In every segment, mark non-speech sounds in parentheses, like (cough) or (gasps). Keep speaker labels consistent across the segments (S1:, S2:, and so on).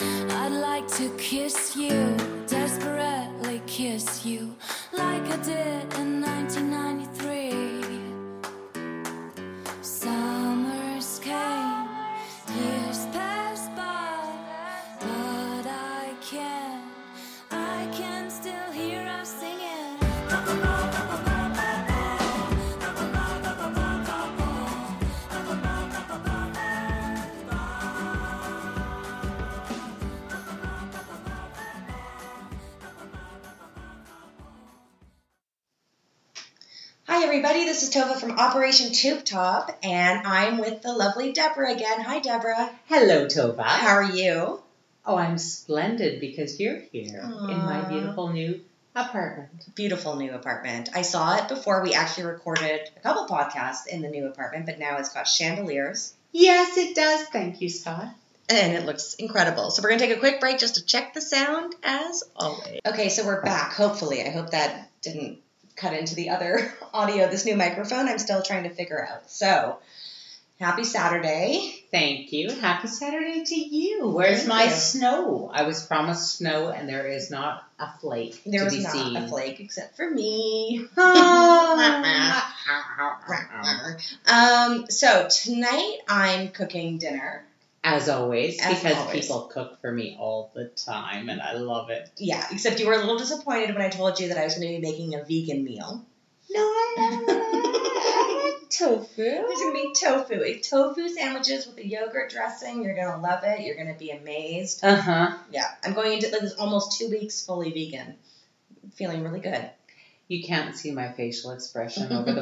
S1: I'd like to kiss you, desperately kiss you, like I did in 1993. Summers came, years passed by, but I can, I can still hear us singing.
S2: Hi, everybody. This is Tova from Operation Tube Top, and I'm with the lovely Deborah again. Hi, Deborah.
S3: Hello, Tova.
S2: How are you?
S3: Oh, I'm splendid because you're here in my
S2: Aw.
S3: beautiful new apartment.
S2: Beautiful new apartment. I saw it before we actually recorded a couple podcasts in the new apartment, but now it's got chandeliers
S3: Yes, it does. Thank you, Scott.
S2: and it looks incredible. So, we're going to take a quick break just to check the sound as always. Okay, so we're back, hopefully. I hope that didn't cut into the other (laughs) audio, this new microphone I'm still trying to figure out. So, happy Saturday.
S3: Thank you. Happy Saturday to you. Where's
S2: Thank
S3: my
S2: you.
S3: snow? I was promised snow, and there is not a flake
S2: There
S3: to
S2: was
S3: be
S2: not
S3: seen.
S2: a flake except for (laughs) me. Ah. um, so tonight I'm cooking dinner.
S3: (laughs) As always,
S2: As
S3: because
S2: always.
S3: people cook for me all the time, and I love it.
S2: Yeah, except you were a little disappointed when I told you that I was going to be making a vegan meal.
S3: No, I (laughs) love tofu.
S2: There's going to be tofu. It's tofu sandwiches with a yogurt dressing. You're going to love it. You're going to be amazed.
S3: Uh huh.
S2: Yeah, I'm going into this almost two weeks fully vegan. Feeling really good.
S3: You can't see my facial expression over the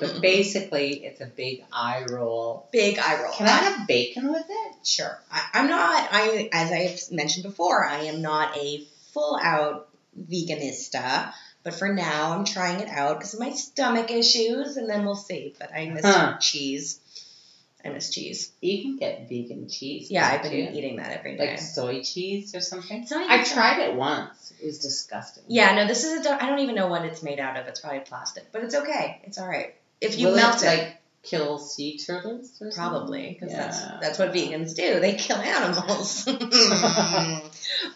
S2: (laughs)
S3: but basically it's a big eye roll.
S2: Big eye roll. Uh,
S3: Can I have bacon with it?
S2: Sure. I, I'm not, I, as I've mentioned before, I am not a full out veganista, but for now I'm trying it out because of my stomach issues, and then we'll see. But I miss
S3: Huh.
S2: cheese. I miss cheese.
S3: You can get vegan cheese.
S2: Yeah, I've
S3: can't
S2: been
S3: you?
S2: eating that every day.
S3: like soy cheese or something.
S2: It's not even
S3: I
S2: so-
S3: tried it once. It was disgusting.
S2: Yeah, no, this is a, I don't even know what it's made out of. It's probably plastic, but it's okay. It's all right. If you
S3: Will
S2: melt it,
S3: like kill sea turtles or
S2: Probably, because
S3: Yeah.
S2: that's that's what vegans do. They kill animals. (laughs)
S3: Mm-hmm.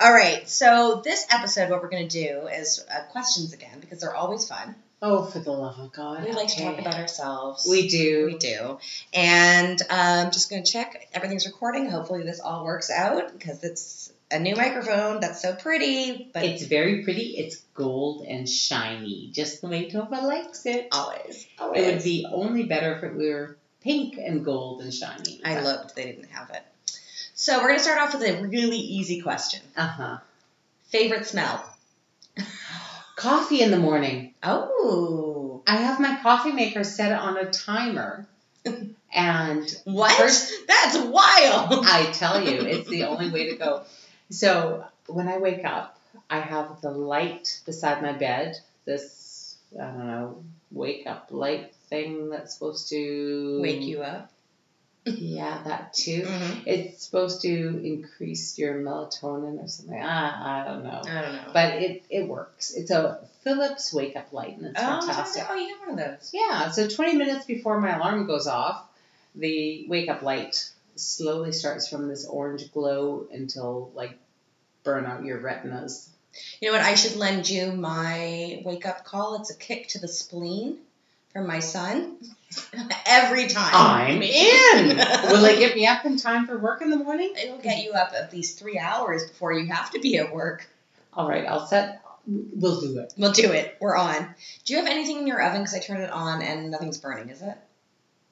S2: All right. So this episode, what we're going to do is uh, questions again because they're always fun.
S3: something? Oh, for the love of God.
S2: We like to talk
S3: okay.
S2: about ourselves.
S3: We do.
S2: We do. And I'm um, just going to check everything's recording. Hopefully this all works out because it's a new microphone that's so pretty, but
S3: It's very pretty. It's gold and shiny, just the way Tova likes it.
S2: always, always.
S3: It would be only better if it were pink and gold and shiny.
S2: I looked. They didn't have it. So we're going to start off with a really easy question.
S3: Uh huh.
S2: Favorite smell?
S3: Coffee in the morning.
S2: Oh.
S3: I have my coffee maker set on a
S2: (laughs)
S3: timer. And
S2: What?
S3: First-
S2: That's wild.
S3: I tell you, it's the only way to go. So when I wake up, I have the light beside my bed. This, I don't know, wake up light thing that's supposed to
S2: Wake you up.
S3: (laughs)
S2: Mm-hmm.
S3: Yeah, that too. It's supposed to increase your melatonin or something. Ah, I don't know.
S2: I don't know.
S3: But it, it works. It's a Philips wake up light, and it's fantastic.
S2: Oh, you have one of those.
S3: Yeah, so 20 minutes before my alarm goes off, the wake up light slowly starts from this orange glow until like burn out your retinas.
S2: You know what? I should lend you my wake up call. It's a kick to the spleen from my son. (laughs) Every time.
S3: I'm in!
S2: (laughs)
S3: Will it get me up in time for work in the morning?
S2: It'll get you up at least three hours before you have to be at work.
S3: All right, I'll set. We'll do it.
S2: We'll do it. We're on. Do you have anything in your oven? Because I turned it on and nothing's burning, is it?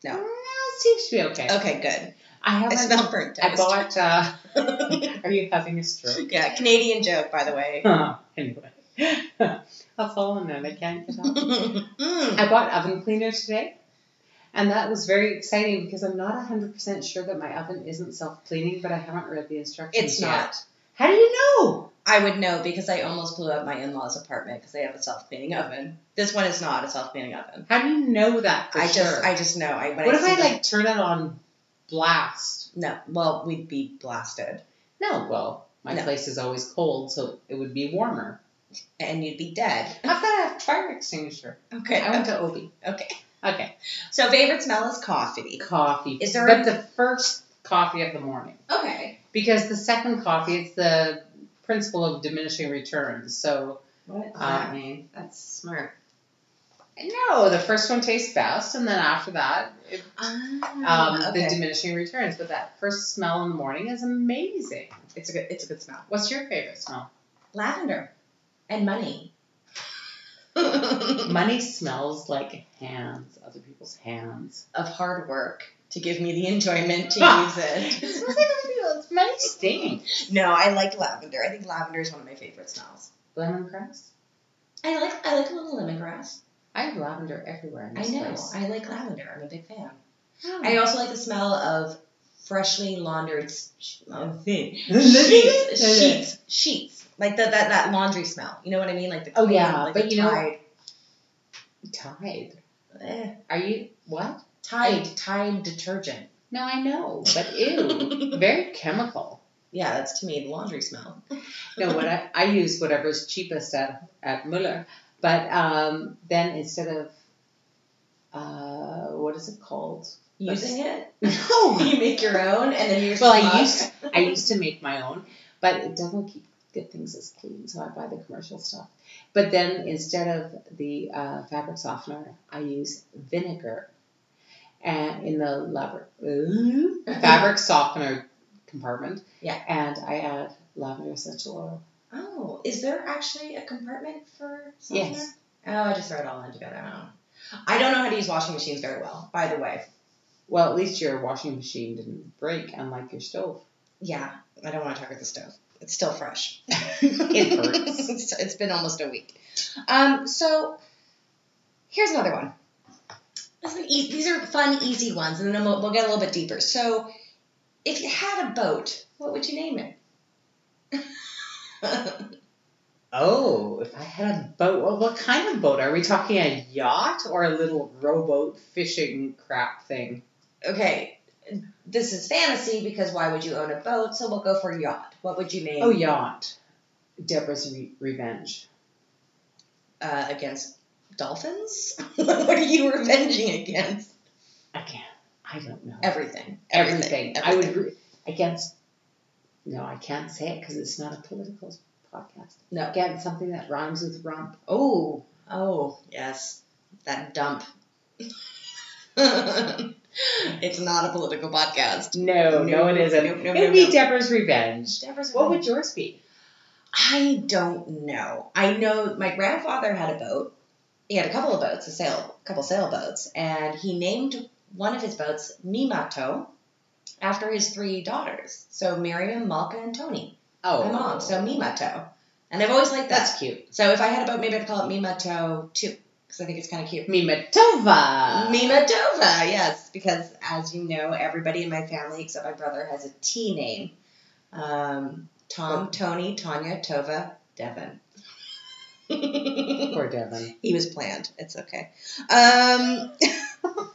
S2: No.
S3: No, it seems to be okay.
S2: Okay, good.
S3: I
S2: I
S3: haven't. (laughs)
S2: smell burnt
S3: I
S2: toast.
S3: bought. Uh, (laughs) are you having a
S2: (laughs)
S3: stroke?
S2: yeah, Canadian joke, by the way. (laughs)
S3: Huh, anyway, (laughs) I've fallen and I can't get up.
S2: Mm.
S3: I bought oven cleaner today, and that was very exciting because I'm not 100% sure that my oven isn't self cleaning, but I haven't read the instructions
S2: It's
S3: yet.
S2: not.
S3: How do you know?
S2: I would know because I almost blew up my in law's apartment because they have a self cleaning oven. This one is not a self cleaning oven.
S3: How do you know that for
S2: I
S3: sure?
S2: just, I just know. I when
S3: what if
S2: see
S3: I
S2: them-
S3: like turn it on blast?
S2: No, well, we'd be blasted
S3: No, well, my
S2: No.
S3: place is always cold, so it would be
S2: (laughs)
S3: warmer.
S2: and you'd be
S3: (laughs)
S2: dead.
S3: I've got a fire extinguisher.
S2: Okay.
S3: I went to Obi.
S2: Okay.
S3: Okay.
S2: So favorite smell is coffee.
S3: Coffee.
S2: Is there
S3: but
S2: a-
S3: the first coffee of the morning?
S2: Okay.
S3: Because the second coffee, it's the principle of diminishing returns. So,
S2: What does
S3: Uh,
S2: that mean? That's smart.
S3: no, the first one tastes best, and then after that, it, um,
S2: Ah,
S3: the
S2: okay.
S3: diminishing returns. But that first smell in the morning is amazing.
S2: it's a good it's a good smell.
S3: What's your favorite smell?
S2: Lavender and
S3: (laughs)
S2: money.
S3: Money smells like hands, other people's hands.
S2: of hard work to give me the enjoyment
S3: (laughs)
S2: to use it.
S3: It smells like other people's money stinks.
S2: No, I like lavender. I think lavender is one of my favorite smells.
S3: Lemongrass.
S2: I like I like a little lemongrass.
S3: I have lavender everywhere in
S2: I
S3: this
S2: know.
S3: place. (laughs)
S2: I like lavender. I'm a big fan.
S3: Oh.
S2: I also like the smell of freshly laundered s- sh- oh, thing. (laughs) sheets,
S3: Sheets,
S2: (laughs)
S3: sheets.
S2: sheets, sheets. Like the, that that laundry smell. You know what I mean? Like the
S3: Oh,
S2: clean,
S3: yeah,
S2: like
S3: but
S2: the
S3: you know-
S2: tide.
S3: Tide.
S2: Eh,
S3: Are you what?
S2: tide, tide detergent.
S3: No, I know, but (laughs) ew, very chemical.
S2: Yeah, that's to me the laundry smell.
S3: No, what I, I use whatever's cheapest at at Mueller, but um, then instead of uh, what is it called? oh
S2: Using it,
S3: (laughs)
S2: (laughs)
S3: No,
S2: you make your own, and then you're
S3: well,
S2: smug.
S3: I used I used to make my own, but it doesn't keep good things as clean, so I buy the commercial stuff. But then instead of the uh, fabric softener, I use vinegar, and in the laver- (laughs) ooh, fabric softener compartment.
S2: Yeah.
S3: And I add lavender essential oil.
S2: Oh, is there actually a compartment for softener?
S3: Yes.
S2: Oh, I just throw it all in together. I don't know. I don't know how to use washing machines very well, by the way.
S3: Well, at least your washing machine didn't break, unlike your stove.
S2: Yeah, I don't want to talk about the stove. It's still fresh. (laughs)
S3: It hurts.
S2: It's- it's been almost a week. Um, so here's another one. This is an ea- these are fun, easy ones, and then we'll, we'll get a little bit deeper. So, if you had a boat, what would you name it? (laughs)
S3: Oh, if I had a boat, well, what kind of boat? Are we talking a yacht or a little rowboat fishing crap thing?
S2: okay, this is fantasy because why would you own a boat? So we'll go for yacht. What would you name?
S3: Oh, yacht. Deborah's re- revenge.
S2: uh, against dolphins? (laughs) what are you revenging against?
S3: Again, I don't know.
S2: Everything.
S3: Everything. I would re- against. No, I can't say it because it's not a political podcast.
S2: No.
S3: Again, something that rhymes with rump.
S2: Oh, oh, yes. That dump. (laughs) it's not a political podcast.
S3: No, no, it isn't.
S2: Nope, nope,
S3: It'd
S2: nope,
S3: be
S2: nope.
S3: Deborah's revenge. What would yours be?
S2: I don't know. I know my grandfather had a boat. He had a couple of boats, a sail, couple sailboats, and he named one of his boats Mimato after his three daughters. So Miriam, Malka, and Tony.
S3: Oh,
S2: My mom. So Mimato. And I've always liked that.
S3: that's cute.
S2: So if I had a boat, maybe I'd call it Mimato too, because I think it's kind of cute.
S3: Mimatova.
S2: Mimatova, yes, because as you know, everybody in my family except my brother has a T name. Um,
S3: Oh.
S2: Tom, Tony, Tanya, Tova, Devon. (laughs) he
S3: Poor Devon.
S2: was planned. It's okay. Um,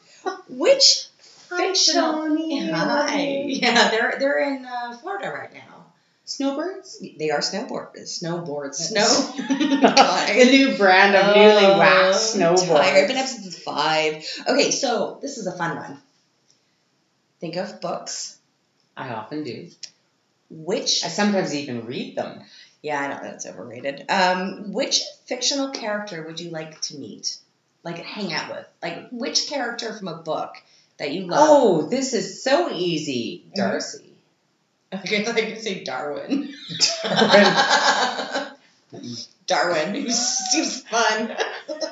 S2: (laughs) which fictional? Hi. Yeah, they're they're in uh, Florida right now.
S3: Snowbirds?
S2: They are snowboard snowboards.
S3: Yes.
S2: (laughs)
S3: (laughs)
S2: Snow.
S3: the new brand of newly waxed
S2: Oh, I'm
S3: snowboards.
S2: tired. I've been up since five. Okay, so this is a fun one. Think of books.
S3: I often do.
S2: Which
S3: I sometimes even read them.
S2: yeah, I know that's overrated. Um, which fictional character would you like to meet, like hang out with? Like which character from a book that you love?
S3: Oh, this is so
S2: (laughs)
S3: easy, Darcy.
S2: Oh, okay, (laughs) I thought you were gonna say Darwin. (laughs) Darwin, he was, he was fun.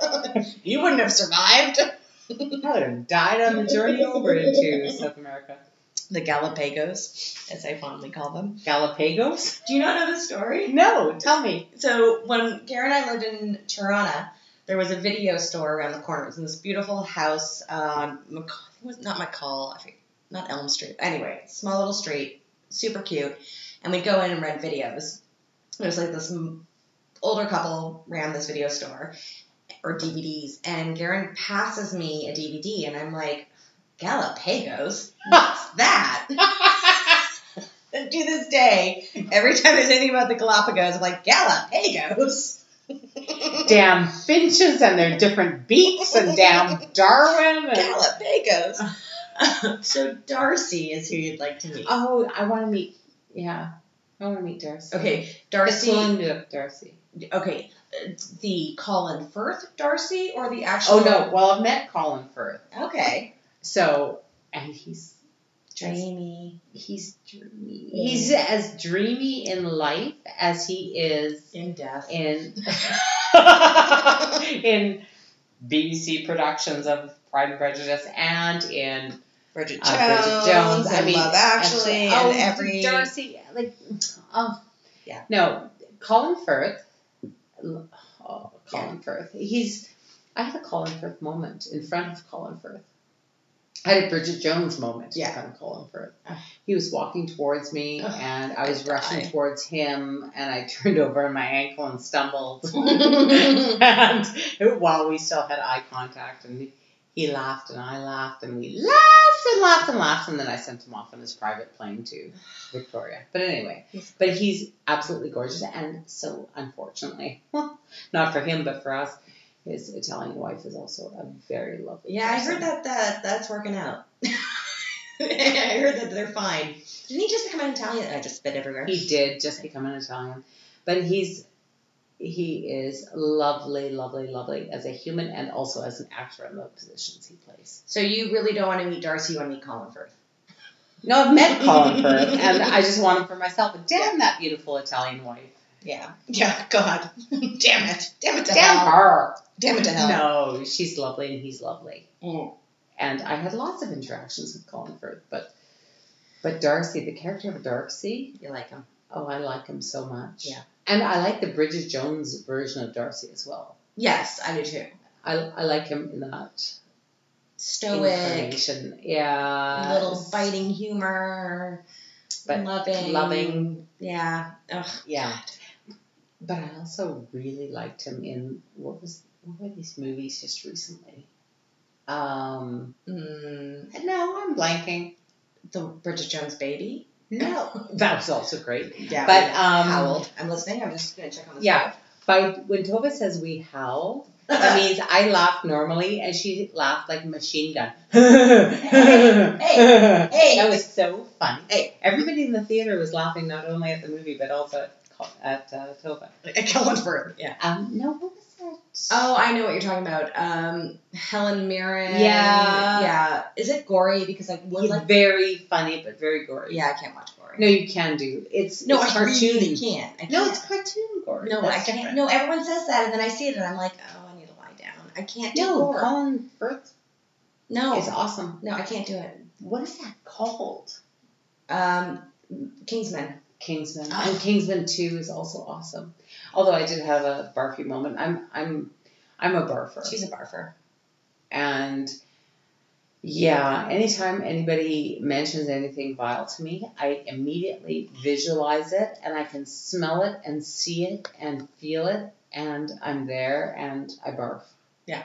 S2: (laughs) you wouldn't have survived.
S3: I would have died on the journey over into South America.
S2: The Galapagos, as I fondly call them.
S3: Galapagos?
S2: Do you not know the story?
S3: No, tell
S2: (laughs)
S3: me.
S2: So when Karen and I lived in Tirana, there was a video store around the corner. It was in this beautiful house on McC- I think it was not McCall, I think, not Elm Street. Anyway, small little street, super cute. And we'd go in and rent videos. It was like this m- older couple ran this video store or DVDs, and Garen passes me a DVD, and I'm like, Galapagos, what's that? (laughs) And to this day, every time there's anything about the Galapagos, I'm like, (laughs) Galapagos?
S3: Damn finches and their different beaks and damn Darwin
S2: (laughs)
S3: and
S2: Galapagos. so Darcy is who you'd like to meet.
S3: Oh, I want to meet Yeah. I want to meet Darcy.
S2: Okay,
S3: Darcy.
S2: Darcy.
S3: Darcy.
S2: Okay, uh, the Colin Firth Darcy or the actual?
S3: Oh no. Well, I've met Colin Firth.
S2: Okay.
S3: So, and he's
S2: Dreamy
S3: he's dreamy. He's as dreamy in life as he is
S2: in death. (laughs) Uh,
S3: in in BBC productions of Pride and Prejudice and in
S2: Bridget Jones.
S3: Uh, Bridget Jones, I
S2: and
S3: mean,
S2: Love Actually,
S3: Actually, oh,
S2: and every.
S3: Darcy, like, oh,
S2: Yeah.
S3: No, Colin Firth. Oh, Colin Firth. He's. I had a Colin Firth moment in front of Colin Firth. I had a Bridget Jones moment
S2: Yeah.
S3: in front of Colin Firth. He was walking towards me,
S2: Ugh,
S3: and I was
S2: I
S3: rushing
S2: die.
S3: towards him, and I (laughs) turned over on my ankle and stumbled.
S2: (laughs) oh
S3: and while we still had eye contact, and he laughed and I laughed, and we laughed and laughed and laughed, and then I sent him off on his private plane to Victoria. But anyway, but he's absolutely gorgeous, and so unfortunately, not for him, but for us, his Italian wife is also a very lovely.
S2: Yeah, I heard that
S3: person.
S2: that that's working out. (laughs) I heard that they're fine. Didn't he just become an Italian? I just spit everywhere.
S3: He did just become an Italian, but he's. He is lovely, lovely, lovely as a human and also as an actor in the positions he plays.
S2: So you really don't want to meet Darcy, you want to meet Colin Firth.
S3: No,
S2: (laughs)
S3: I've met Colin Firth, and I just want him for myself. But damn that beautiful Italian wife.
S2: Yeah. Yeah. God. (laughs) Damn it. Damn it to
S3: Damn
S2: hell.
S3: her.
S2: Damn it to hell.
S3: No, she's lovely and he's lovely.
S2: Mm.
S3: And I had lots of interactions with Colin Firth, but but Darcy, the character of Darcy,
S2: You like him?
S3: oh, I like him so much.
S2: Yeah.
S3: And I like the Bridget Jones version of Darcy as well.
S2: Yes, I do too.
S3: I, I like him in that
S2: Stoic,
S3: incarnation. Yeah.
S2: little biting humor,
S3: But
S2: loving,
S3: Loving.
S2: Yeah. Ugh.
S3: Yeah. But I also really liked him in what was what were these movies just recently? Um
S2: Mm,
S3: no, I'm blanking.
S2: the Bridget Jones baby.
S3: No. that was also great.
S2: Yeah.
S3: But
S2: we
S3: um
S2: howled. I'm listening. I'm just gonna check on this. (laughs)
S3: Yeah. By when Tova says we howl, that means I laugh normally and she laughed like a machine gun. (laughs)
S2: hey, hey.
S3: That was so funny.
S2: Hey.
S3: Everybody in the theater was laughing not only at the movie but also at, Col- at uh, Tova.
S2: (laughs) Colin Firth. Yeah.
S3: Um, no, what was that?
S2: Oh, I know what you're talking about. Um, Helen Mirren.
S3: Yeah.
S2: Yeah. Is it gory? Because I would
S3: He's
S2: like.
S3: very funny, but very gory.
S2: Yeah, I can't watch gory.
S3: No, you can do. It's
S2: No,
S3: it's
S2: I
S3: cartoon.
S2: really can't. I can't.
S3: No, it's cartoon gory.
S2: No,
S3: That's
S2: I can't.
S3: different.
S2: No, everyone says that, and then I see it, and I'm like, oh, I need to lie down. I can't do
S3: No,
S2: gore.
S3: Colin Firth
S2: no,
S3: is awesome.
S2: no, I can't do it.
S3: What is that called?
S2: Um, Kingsman.
S3: Kingsman. (gasps)
S2: Ah.
S3: And Kingsman Two is also awesome. Although I did have a barfy moment. I'm I'm I'm a barfer.
S2: She's a barfer.
S3: And yeah, anytime anybody mentions anything vile to me, I immediately visualize it and I can smell it and see it and feel it and I'm there and I barf.
S2: Yeah.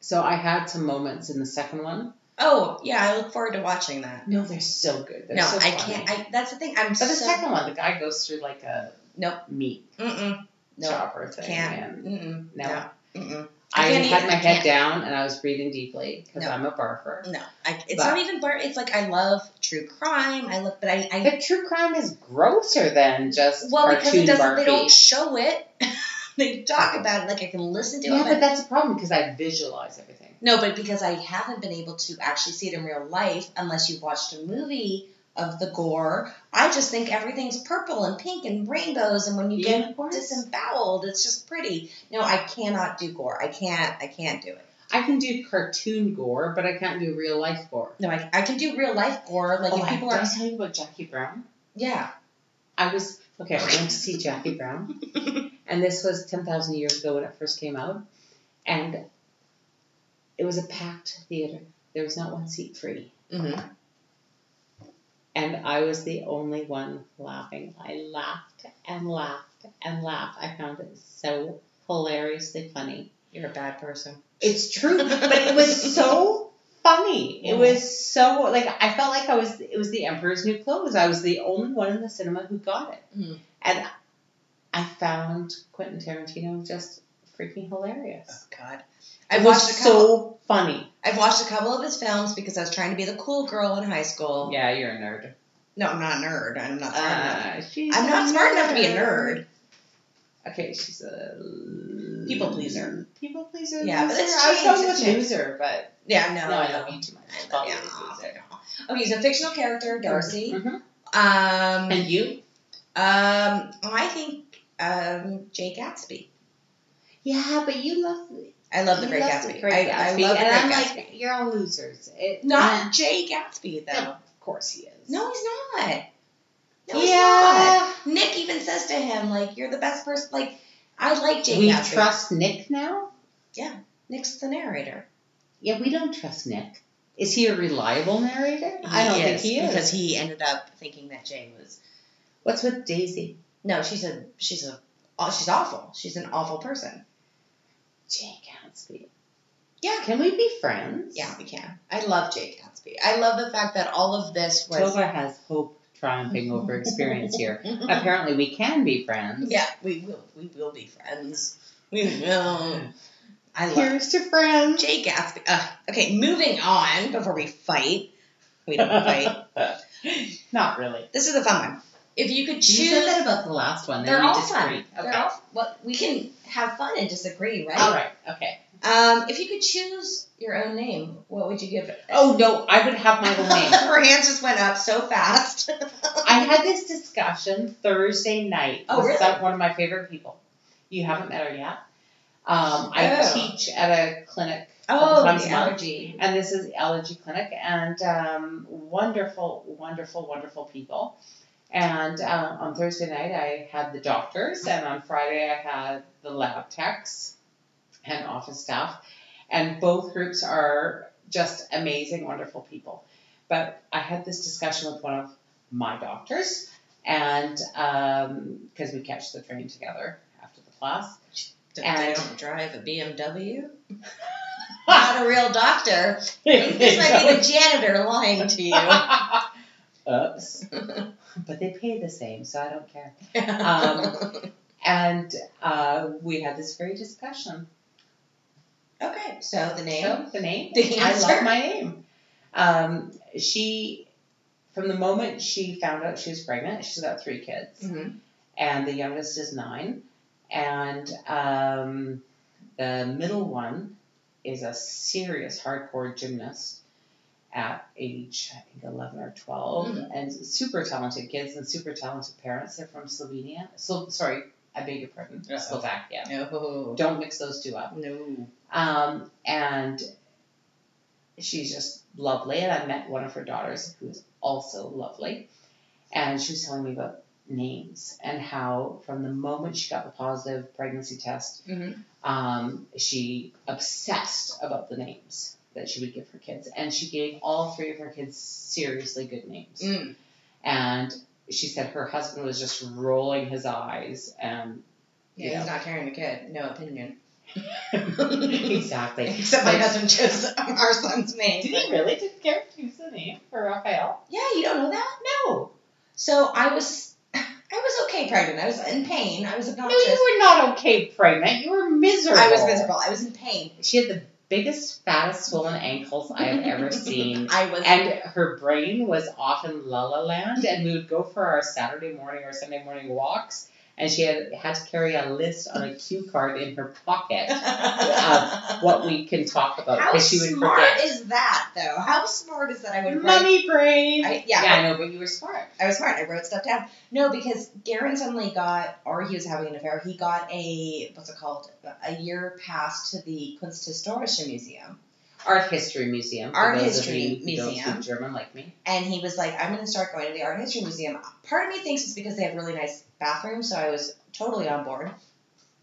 S3: So I had some moments in the second one.
S2: Oh yeah, I look forward to watching that.
S3: No, they're so good. They're
S2: no,
S3: so
S2: I
S3: funny.
S2: can't. I that's the thing. I'm
S3: but the
S2: so.
S3: second one, the guy goes through like a
S2: Nope.
S3: meat
S2: Mm-mm. No,
S3: chopper thing.
S2: can't.
S3: And
S2: Mm-mm.
S3: no.
S2: No. Mm-mm.
S3: I,
S2: can't
S3: had
S2: even-
S3: my
S2: I
S3: head
S2: can't.
S3: down and I was breathing deeply because
S2: No.
S3: I'm a barfer.
S2: No, I, it's
S3: But-
S2: not even bar. It's like I love true crime. I love, but I, I
S3: But true crime is grosser than just
S2: well because
S3: cartoon
S2: it doesn't. They
S3: barfy.
S2: don't show it. (laughs) they talk about it like I can listen to
S3: yeah,
S2: it.
S3: but that's the problem because I visualize everything.
S2: No, but because I haven't been able to actually see it in real life unless you've watched a movie of the gore, I just think everything's purple and pink and rainbows and when you
S3: Yeah,
S2: get
S3: of course.
S2: (laughs) disemboweled, it's just pretty. No, I cannot do gore. I can't I can't do it.
S3: I can do cartoon gore, but I can't do real life gore.
S2: No, I, I can do real life gore. Like
S3: oh,
S2: if
S3: I,
S2: people
S3: did
S2: are
S3: I tell you about Jackie Brown?
S2: Yeah.
S3: I was okay. I went to see Jackie
S2: (laughs)
S3: Brown, and this was ten thousand years ago when it first came out, and it was a packed theater. There was not one seat free,
S2: Mm-hmm.
S3: and I was the only one laughing. I laughed and laughed and laughed. I found it so hilariously funny.
S2: You're a bad (laughs) person.
S3: It's true, but it was (laughs) so funny. It was so like I felt like I was. It was the Emperor's New Clothes. I was the only one in the cinema who got it,
S2: Mm.
S3: and I found Quentin Tarantino just freaking hilarious.
S2: Oh god.
S3: It
S2: I've
S3: was
S2: watched a couple
S3: so funny.
S2: I've watched a couple of his films because I was trying to be the cool girl in high school.
S3: Yeah, you're a nerd.
S2: No, I'm not a nerd. I'm not smart enough.
S3: Uh, (laughs) she's
S2: I'm not
S3: a
S2: smart enough to be a nerd.
S3: Okay, she's a
S2: People pleaser.
S3: People pleaser.
S2: Yeah, but
S3: loser.
S2: it's
S3: I was
S2: changed,
S3: going
S2: it's
S3: with
S2: changed.
S3: loser, but
S2: Yeah, no.
S3: no, I love you too much.
S2: I
S3: Follow
S2: love- yeah.
S3: the loser.
S2: Okay, he's a fictional character, Darcy.
S3: Mhm.
S2: Um, um,
S3: And you?
S2: I think um, Jay Gatsby.
S3: Yeah, but you love.
S2: I love the
S3: you
S2: Great
S3: love
S2: Gatsby.
S3: The Great
S2: I, I
S3: Gatsby,
S2: love the
S3: and I'm
S2: Great Gatsby.
S3: like, you're all losers. It,
S2: not Jay Gatsby though.
S3: No, of course he is.
S2: No, he's not. No, he's not.
S3: yeah.
S2: Nick even says to him, like, you're the best person. Like, I like Jay
S3: We
S2: Gatsby.
S3: trust Nick now.
S2: Nick's the narrator.
S3: Yeah, we don't trust Nick. Is he a reliable narrator?
S2: He
S3: I don't think
S2: is,
S3: he is.
S2: because he ended up thinking that Jay was.
S3: What's with Daisy?
S2: No, she's a she's a oh, she's awful. She's an awful person.
S3: Jay Gatsby.
S2: Yeah.
S3: Can we be friends?
S2: Yeah, we can. I love Jay Gatsby. I love the fact that all of this was. (laughs)
S3: Tova has hope triumphing over experience here. Apparently, we can be friends.
S2: Yeah, we will. We will be friends.
S3: (laughs)
S2: We will. I love
S3: Here's to friends.
S2: Jay Gatsby. Ugh. okay, moving on before we fight. We
S3: (laughs)
S2: don't fight.
S3: Not really.
S2: This is a fun one. If you could
S3: You said that
S2: choose,
S3: about the last one.
S2: they're
S3: then you
S2: all
S3: disagree.
S2: fun.
S3: Okay.
S2: They're all well. We can have fun and disagree, right?
S3: all right. Okay.
S2: Um, if you could choose your own name, what would you give it?
S3: Oh no, I would have my own
S2: (laughs)
S3: name.
S2: her hands just went up so fast.
S3: I had this discussion Thursday night
S2: Oh,
S3: with
S2: really?
S3: some- one of my favorite people. You haven't met her yet. Um, I
S2: Oh.
S3: teach at a clinic,
S2: Oh,
S3: Once
S2: the
S3: a month.
S2: allergy.
S3: and this is the allergy clinic, and um, wonderful, wonderful, wonderful people. And um, on Thursday night, I had the doctors, and on Friday, I had the lab techs and office staff. And both groups are just amazing, wonderful people. But I had this discussion with one of my doctors, and because we catch the train together after the class.
S2: Don't,
S3: And-
S2: they don't drive a
S3: (laughs)
S2: BMW. Not a real doctor. This might be the janitor lying to you.
S3: (laughs)
S2: (laughs)
S3: Oops. but they pay the same, so I don't care. Um, And uh, we had this very discussion.
S2: okay, so the name.
S3: So the name.
S2: The
S3: I
S2: answer.
S3: love my name. Um, she, from the moment she found out she was pregnant, she's got three kids,
S2: Mhm.
S3: and the youngest is nine, and um, the middle one is a serious hardcore gymnast at age I think eleven or 12 and super talented kids and super talented parents. They're from Slovenia. So sorry, I beg your pardon,
S2: Uh-oh.
S3: Slovakia.
S2: No.
S3: Don't mix those two up.
S2: No.
S3: Um, and she's just lovely. And I met one of her daughters who's also lovely. And she was telling me about names and how, from the moment she got the positive pregnancy test,
S2: Mhm.
S3: um, she obsessed about the names that she would give her kids. And she gave all three of her kids seriously good names.
S2: Mm.
S3: And she said her husband was just rolling his eyes
S2: (laughs)
S3: and
S2: Yeah,
S3: Yeah.
S2: he's not carrying a kid. No
S3: (laughs)
S2: opinion. (laughs)
S3: exactly.
S2: Except my husband chose our son's name.
S3: Did he really? Did Garrett choose the name for Raphael?
S2: Yeah, you don't know that?
S3: No.
S2: So I was, I was okay pregnant. I was in pain. I was
S3: No,
S2: obnoxious.
S3: you were not okay pregnant. You were miserable.
S2: I was miserable. I was in pain.
S3: She had the biggest, fattest, swollen ankles I have (laughs) ever seen.
S2: I was. (laughs)
S3: And (laughs) her brain was off in La La Land, and we would go for our Saturday morning or Sunday morning walks, and she had, had to carry a list on a cue card in her pocket of what we can talk about
S2: How
S3: uh, because she would
S2: smart
S3: forget.
S2: is that, though? How smart is that? I would write.
S3: Mummy brain.
S2: I,
S3: yeah,
S2: yeah,
S3: I know, but you were smart.
S2: I was smart. I wrote stuff down. No, because Garen suddenly got, or he was having an affair. He got a what's it called? A year pass to the Kunsthistorische Museum,
S3: Art History Museum. For
S2: Art
S3: those
S2: History
S3: of you who
S2: Museum.
S3: Don't speak German like me.
S2: and he was like, "I'm going to start going to the art history museum." Part of me thinks it's because they have really nice bathrooms, so I was totally on board.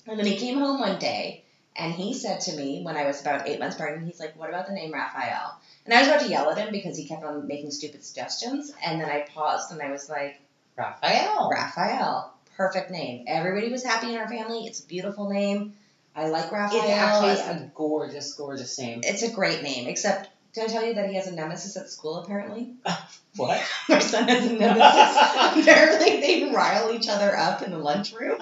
S2: And then he came home one day, and he said to me when I was about eight months pregnant, he's like, "What about the name Raphael?" And I was about to yell at him because he kept on making stupid suggestions, and then I paused and I was like. "Oh,
S3: Raphael.
S2: Raphael. Perfect name. Everybody was happy in our family. It's a beautiful name. I like Raphael.
S3: It's actually a gorgeous, gorgeous name. (laughs)
S2: It's a great name, except did I tell you that he has a nemesis at school apparently?
S3: What?
S2: My son has a nemesis. (laughs) apparently they rile each other up in the lunchroom.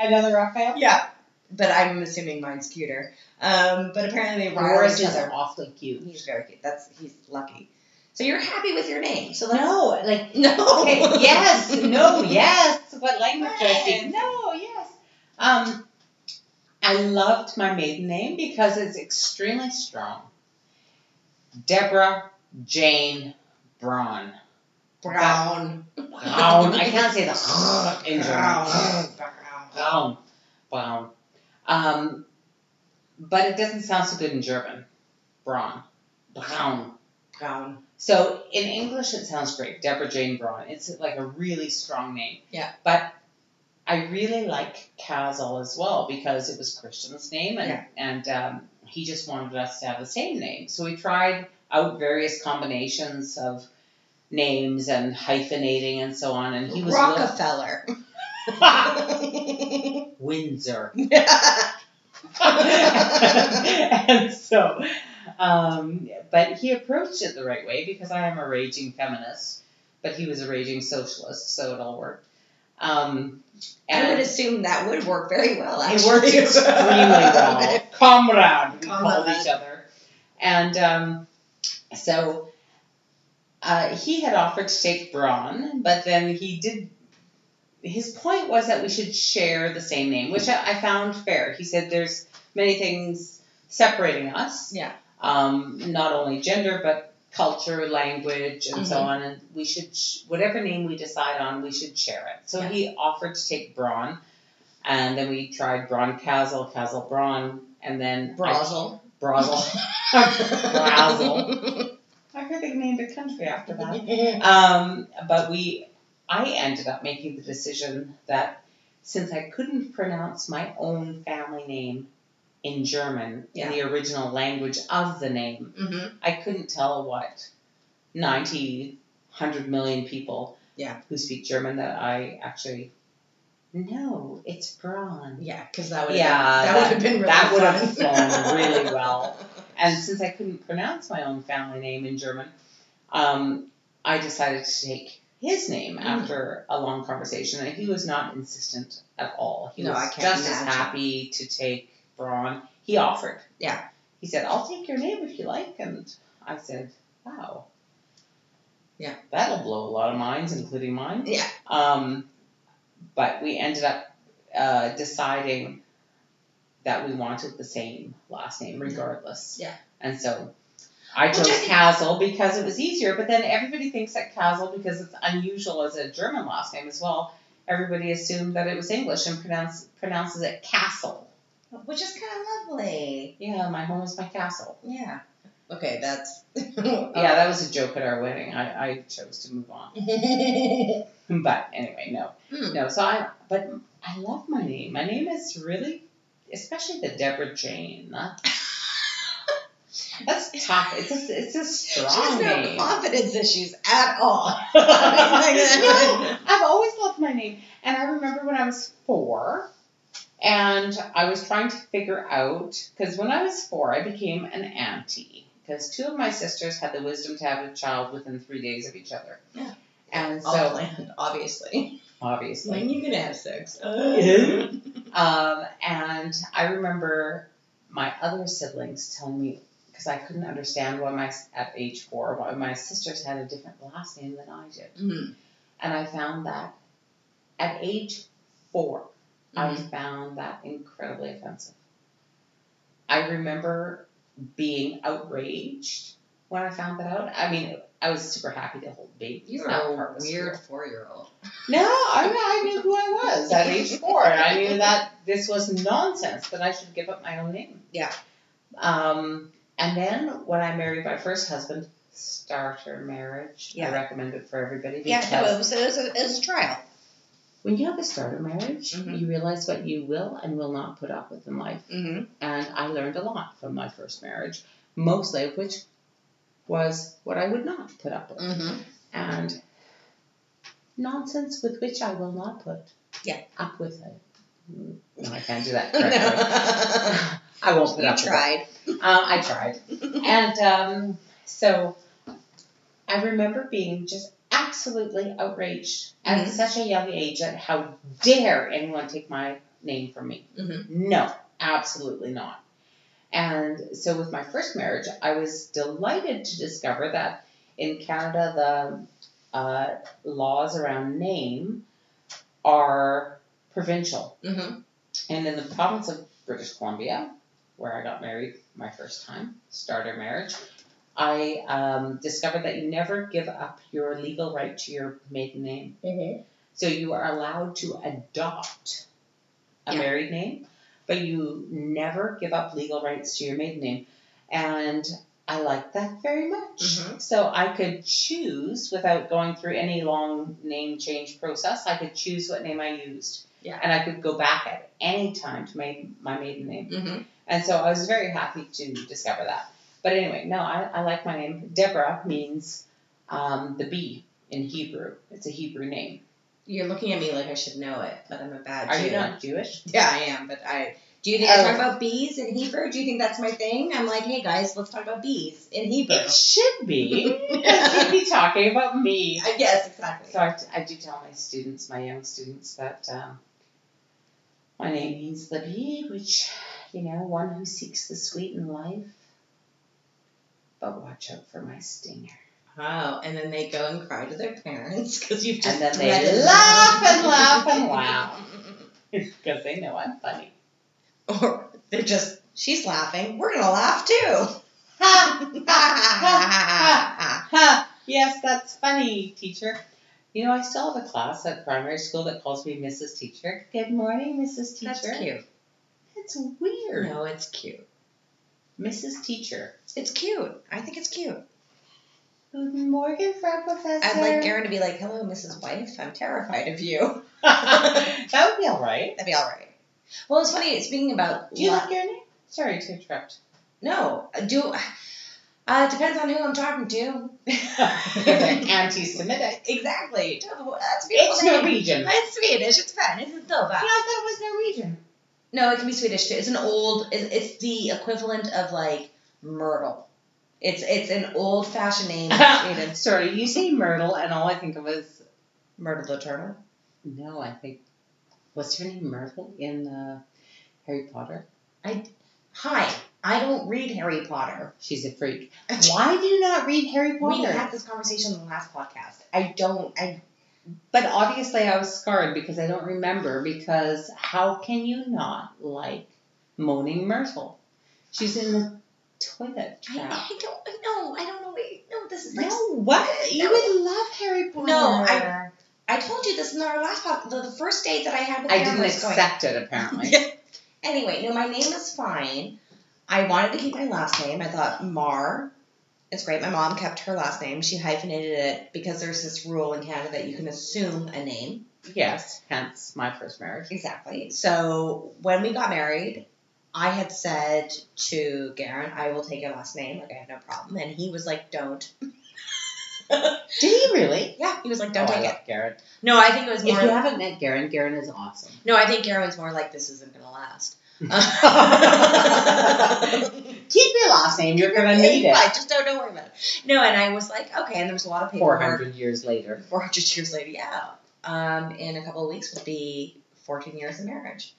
S3: Another Raphael?
S2: Yeah. But I'm assuming mine's cuter. Um, but apparently they rile
S3: Yours
S2: each
S3: is
S2: other.
S3: awfully cute.
S2: He's very cute. That's he's lucky. So you're happy with your name. So let's
S3: No,
S2: (laughs)
S3: like
S2: no.
S3: okay, yes, no, yes. What language do I speak? No, yes. Um, I loved my maiden name because it's extremely strong. Deborah Jane Braun.
S2: Brown.
S3: Braun. Oh, (laughs) I can't say the (laughs) in German. Braun. Braun. Um, but it doesn't sound so good in German. Braun. Braun.
S2: Brown.
S3: So in English, it sounds great, Deborah Jane Braun. It's like a really strong name.
S2: Yeah.
S3: But I really like Casal as well because it was Christian's name, and
S2: Yeah.
S3: and um, he just wanted us to have the same name. So we tried out various combinations of names and hyphenating and so on, and he was real- (laughs)
S2: Rockefeller. (laughs)
S3: Windsor.
S2: yeah.
S3: (laughs) and so, um, but he approached it the right way because I am a raging feminist, but he was a raging socialist, so it all worked. Um,
S2: I would
S3: and
S2: assume that would work very well.
S3: it
S2: Actually.
S3: worked
S2: (laughs)
S3: extremely well. Comrade, we called
S2: Comrade.
S3: each other. And um, so uh, he had offered to take Braun, but then he did. His point was that we should share the same name, which I, I found fair. He said there's many things separating us.
S2: Yeah.
S3: Um, not only gender, but culture, language, and so
S2: Mhm.
S3: on. And we should, sh- whatever name we decide on, we should share it. So
S2: Yeah.
S3: he offered to take Braun, and then we tried Braun Castle, Castle Braun, and then I-
S2: Brazel.
S3: Brazel. Brazel. I heard they named a country after that. Um, but we, I ended up making the decision that since I couldn't pronounce my own family name in German in the original language of the name,
S2: Mhm.
S3: I couldn't tell what 90, 100 million people
S2: Yeah.
S3: who speak German that I actually. No, it's Braun.
S2: Yeah, because that would
S3: Yeah,
S2: that would have been really
S3: that would have
S2: fun. (laughs)
S3: flown really well. And since I couldn't pronounce my own family name in German, um, I decided to take his name
S2: Mm.
S3: after a long conversation. And he was not insistent at all. He
S2: No,
S3: was
S2: I can't
S3: just
S2: imagine.
S3: as happy to take Braun. He offered.
S2: Yeah.
S3: He said, I'll take your name if you like. And I said, wow.
S2: Yeah.
S3: That'll blow a lot of minds, including mine.
S2: Yeah.
S3: Um, but we ended up uh, deciding that we wanted the same last name regardless.
S2: Yeah.
S3: And so I
S2: Which
S3: chose
S2: I think-
S3: Castle because it was easier, but then everybody thinks that Castle because it's unusual as a German last name as well. Everybody assumed that it was English and pronounce, pronounces it Castle.
S2: Which is kind of lovely.
S3: Yeah, my home is my castle.
S2: Yeah. Okay, (laughs) that's Oh.
S3: Yeah, that was a joke at our wedding. I, I chose to move on.
S2: yeah.
S3: But anyway, no.
S2: Hmm.
S3: No, so I but I love my name. My name is really especially the
S2: (laughs)
S3: Deborah Jane. That's tough. It's a, it's a
S2: She
S3: strong
S2: has no
S3: name. (laughs)
S2: (laughs) confidence issues at (laughs) all.
S3: no, I've always loved my name. And I remember when I was four and I was trying to figure out because when I was four, I became an auntie because two of my sisters had the wisdom to have a child within three days of each other.
S2: Yeah.
S3: And
S2: All (laughs)
S3: so,
S2: planned, obviously.
S3: obviously.
S2: When you can have (laughs) sex. Mm-hmm.
S3: Um, and I remember my other siblings telling me because I couldn't understand why my at age four why my sisters had a different last name than I did,
S2: Mm.
S3: and I found that at age 4 I
S2: Um, Mm-hmm.
S3: found that incredibly offensive. I remember being outraged when I found that out. I mean, I was super happy to hold babies.
S2: You're
S3: that
S2: a
S3: part was cool.
S2: weird four year old.
S3: No, I, I knew who I was at age four, and I knew that this was nonsense that I should give up my own name.
S2: Yeah.
S3: Um, and then when I married my first husband, starter marriage.
S2: Yeah.
S3: I recommend it for everybody
S2: Yeah,
S3: because
S2: no, it was, it was, a, it was a trial.
S3: when you have a starter marriage,
S2: Mhm.
S3: you realize what you will and will not put up with in life.
S2: Mm-hmm.
S3: And I learned a lot from my first marriage, mostly of which was what I would not put up with
S2: (laughs) Mm-hmm.
S3: and nonsense with which I will not put
S2: Yeah.
S3: up with it. No, I can't do (laughs) that correctly.
S2: (laughs) No.
S3: I won't put
S2: you
S3: up with it.
S2: tried.
S3: Um, I tried. and um, so I remember being just absolutely outraged at
S2: Mhm.
S3: such a young age at how dare anyone take my name from me.
S2: Mhm.
S3: No, absolutely not. And so with my first marriage, I was delighted to discover that in Canada, the uh, laws around name are provincial.
S2: Mm-hmm.
S3: And in the province of British Columbia, where I got married my first time, starter marriage, I um, discovered that you never give up your legal right to your maiden name.
S2: Mm-hmm.
S3: So you are allowed to adopt a
S2: Yeah.
S3: married name, but you never give up legal rights to your maiden name. And I like that very much.
S2: Mhm.
S3: So I could choose without going through any long name change process. I could choose what name I used.
S2: Yeah.
S3: And I could go back at any time to my, my maiden name.
S2: Mm-hmm.
S3: And so I was very happy to discover that. But anyway, no, I, I like my name. Deborah means um, the bee in Hebrew. It's a Hebrew name.
S2: You're looking at me like I should know it, but I'm a bad
S3: Are
S2: Jew.
S3: you not Jewish?
S2: Yeah, I am, but I. Do you think I
S3: Oh.
S2: talk about bees in Hebrew? Do you think that's my thing? I'm like, hey guys, let's talk about bees in Hebrew.
S3: It should be. (laughs)
S2: (laughs)
S3: I should be talking about me.
S2: Uh, yes, exactly.
S3: So I, I do tell my students, my young students, that um, my name means the bee, which, you know, one who seeks the sweet in life. But watch out for my stinger. (laughs)
S2: Oh, and then they go and cry to their parents because you've just
S3: And then they
S2: threatened them.
S3: laugh and laugh and laugh.
S2: (laughs)
S3: Because they know I'm funny.
S2: or they're just she's laughing. We're gonna laugh (laughs)
S3: Ha!
S2: too.
S3: Ha! Yes, that's funny, teacher. You know, I still have a class at primary school that calls me Mrs. Teacher. Good morning, Mrs. Teacher.
S2: That's cute.
S3: It's weird.
S2: No, it's cute.
S3: Mrs. Teacher.
S2: It's cute. I think it's cute.
S3: Guten Morgen, Frau Professor.
S2: I'd like
S3: (laughs)
S2: Garen to be like, "Hello, Mrs. Wife. I'm terrified of you." (laughs)
S3: that would be all right.
S2: That'd be all right. Well, it's funny. Speaking about
S3: Do you
S2: la-
S3: like your name? Sorry
S2: (laughs)
S3: to interrupt. (laughs)
S2: no, do uh, it depends on who I'm talking to.
S3: Anti-Semitic.
S2: Exactly. uh, No, That's a beautiful
S3: It's
S2: name.
S3: Norwegian. No,
S2: (laughs) It's Swedish. It's fun. It's Nova.
S3: I thought it was
S2: (laughs)
S3: Norwegian.
S2: No, it can be Swedish too. It's an old. it- It's the equivalent of like Myrtle. It's it's an old fashioned (laughs) name in Sweden.
S3: Sorry, you say Myrtle, and all I think of is
S2: Myrtle the turtle.
S3: no. I think what's her name, Myrtle in uh, Harry Potter?
S2: Hi, I don't read Harry Potter.
S3: She's a freak. Why do you not read Harry
S2: We
S3: Potter?
S2: had this conversation in the last podcast. I don't. I
S3: but obviously, I was scarred because I don't remember. Because how can you not like Moaning Myrtle? She's in the toilet
S2: I,
S3: trap.
S2: I don't. I know. I don't know. Wait, no, this is.
S3: no, what? You
S2: No.
S3: would love Harry Potter.
S2: No, I- I told you this in our last podcast. The, the first date that I had with
S3: I
S2: Garen
S3: didn't
S2: was going-
S3: accept it (laughs) apparently.
S2: Anyway, no, my name is fine. I wanted to keep my last name. I thought Mar is great. My mom kept her last name. She hyphenated it because there's this rule in Canada that you can assume a name.
S3: yes, hence my first marriage.
S2: Exactly. So when we got married, I had said to Garen, I will take your last name. Like, I have no problem. And he was like, don't.
S3: Did he really?
S2: Yeah, he was like, don't
S3: oh, I
S2: take it.
S3: love Garrett.
S2: No, I think it was
S3: If you
S2: more.
S3: haven't met Garen, Garen is awesome.
S2: No, I think Garen's more like, this isn't going to
S3: (laughs)
S2: last.
S3: Keep your last name. You're gonna need
S2: I
S3: it.
S2: just don't, don't worry about it. No, and I was like, okay, and there was a lot of
S3: Four
S2: paperwork.
S3: hundred years later.
S2: 400 years later, yeah. Um, in a couple of weeks would be 14 years of marriage.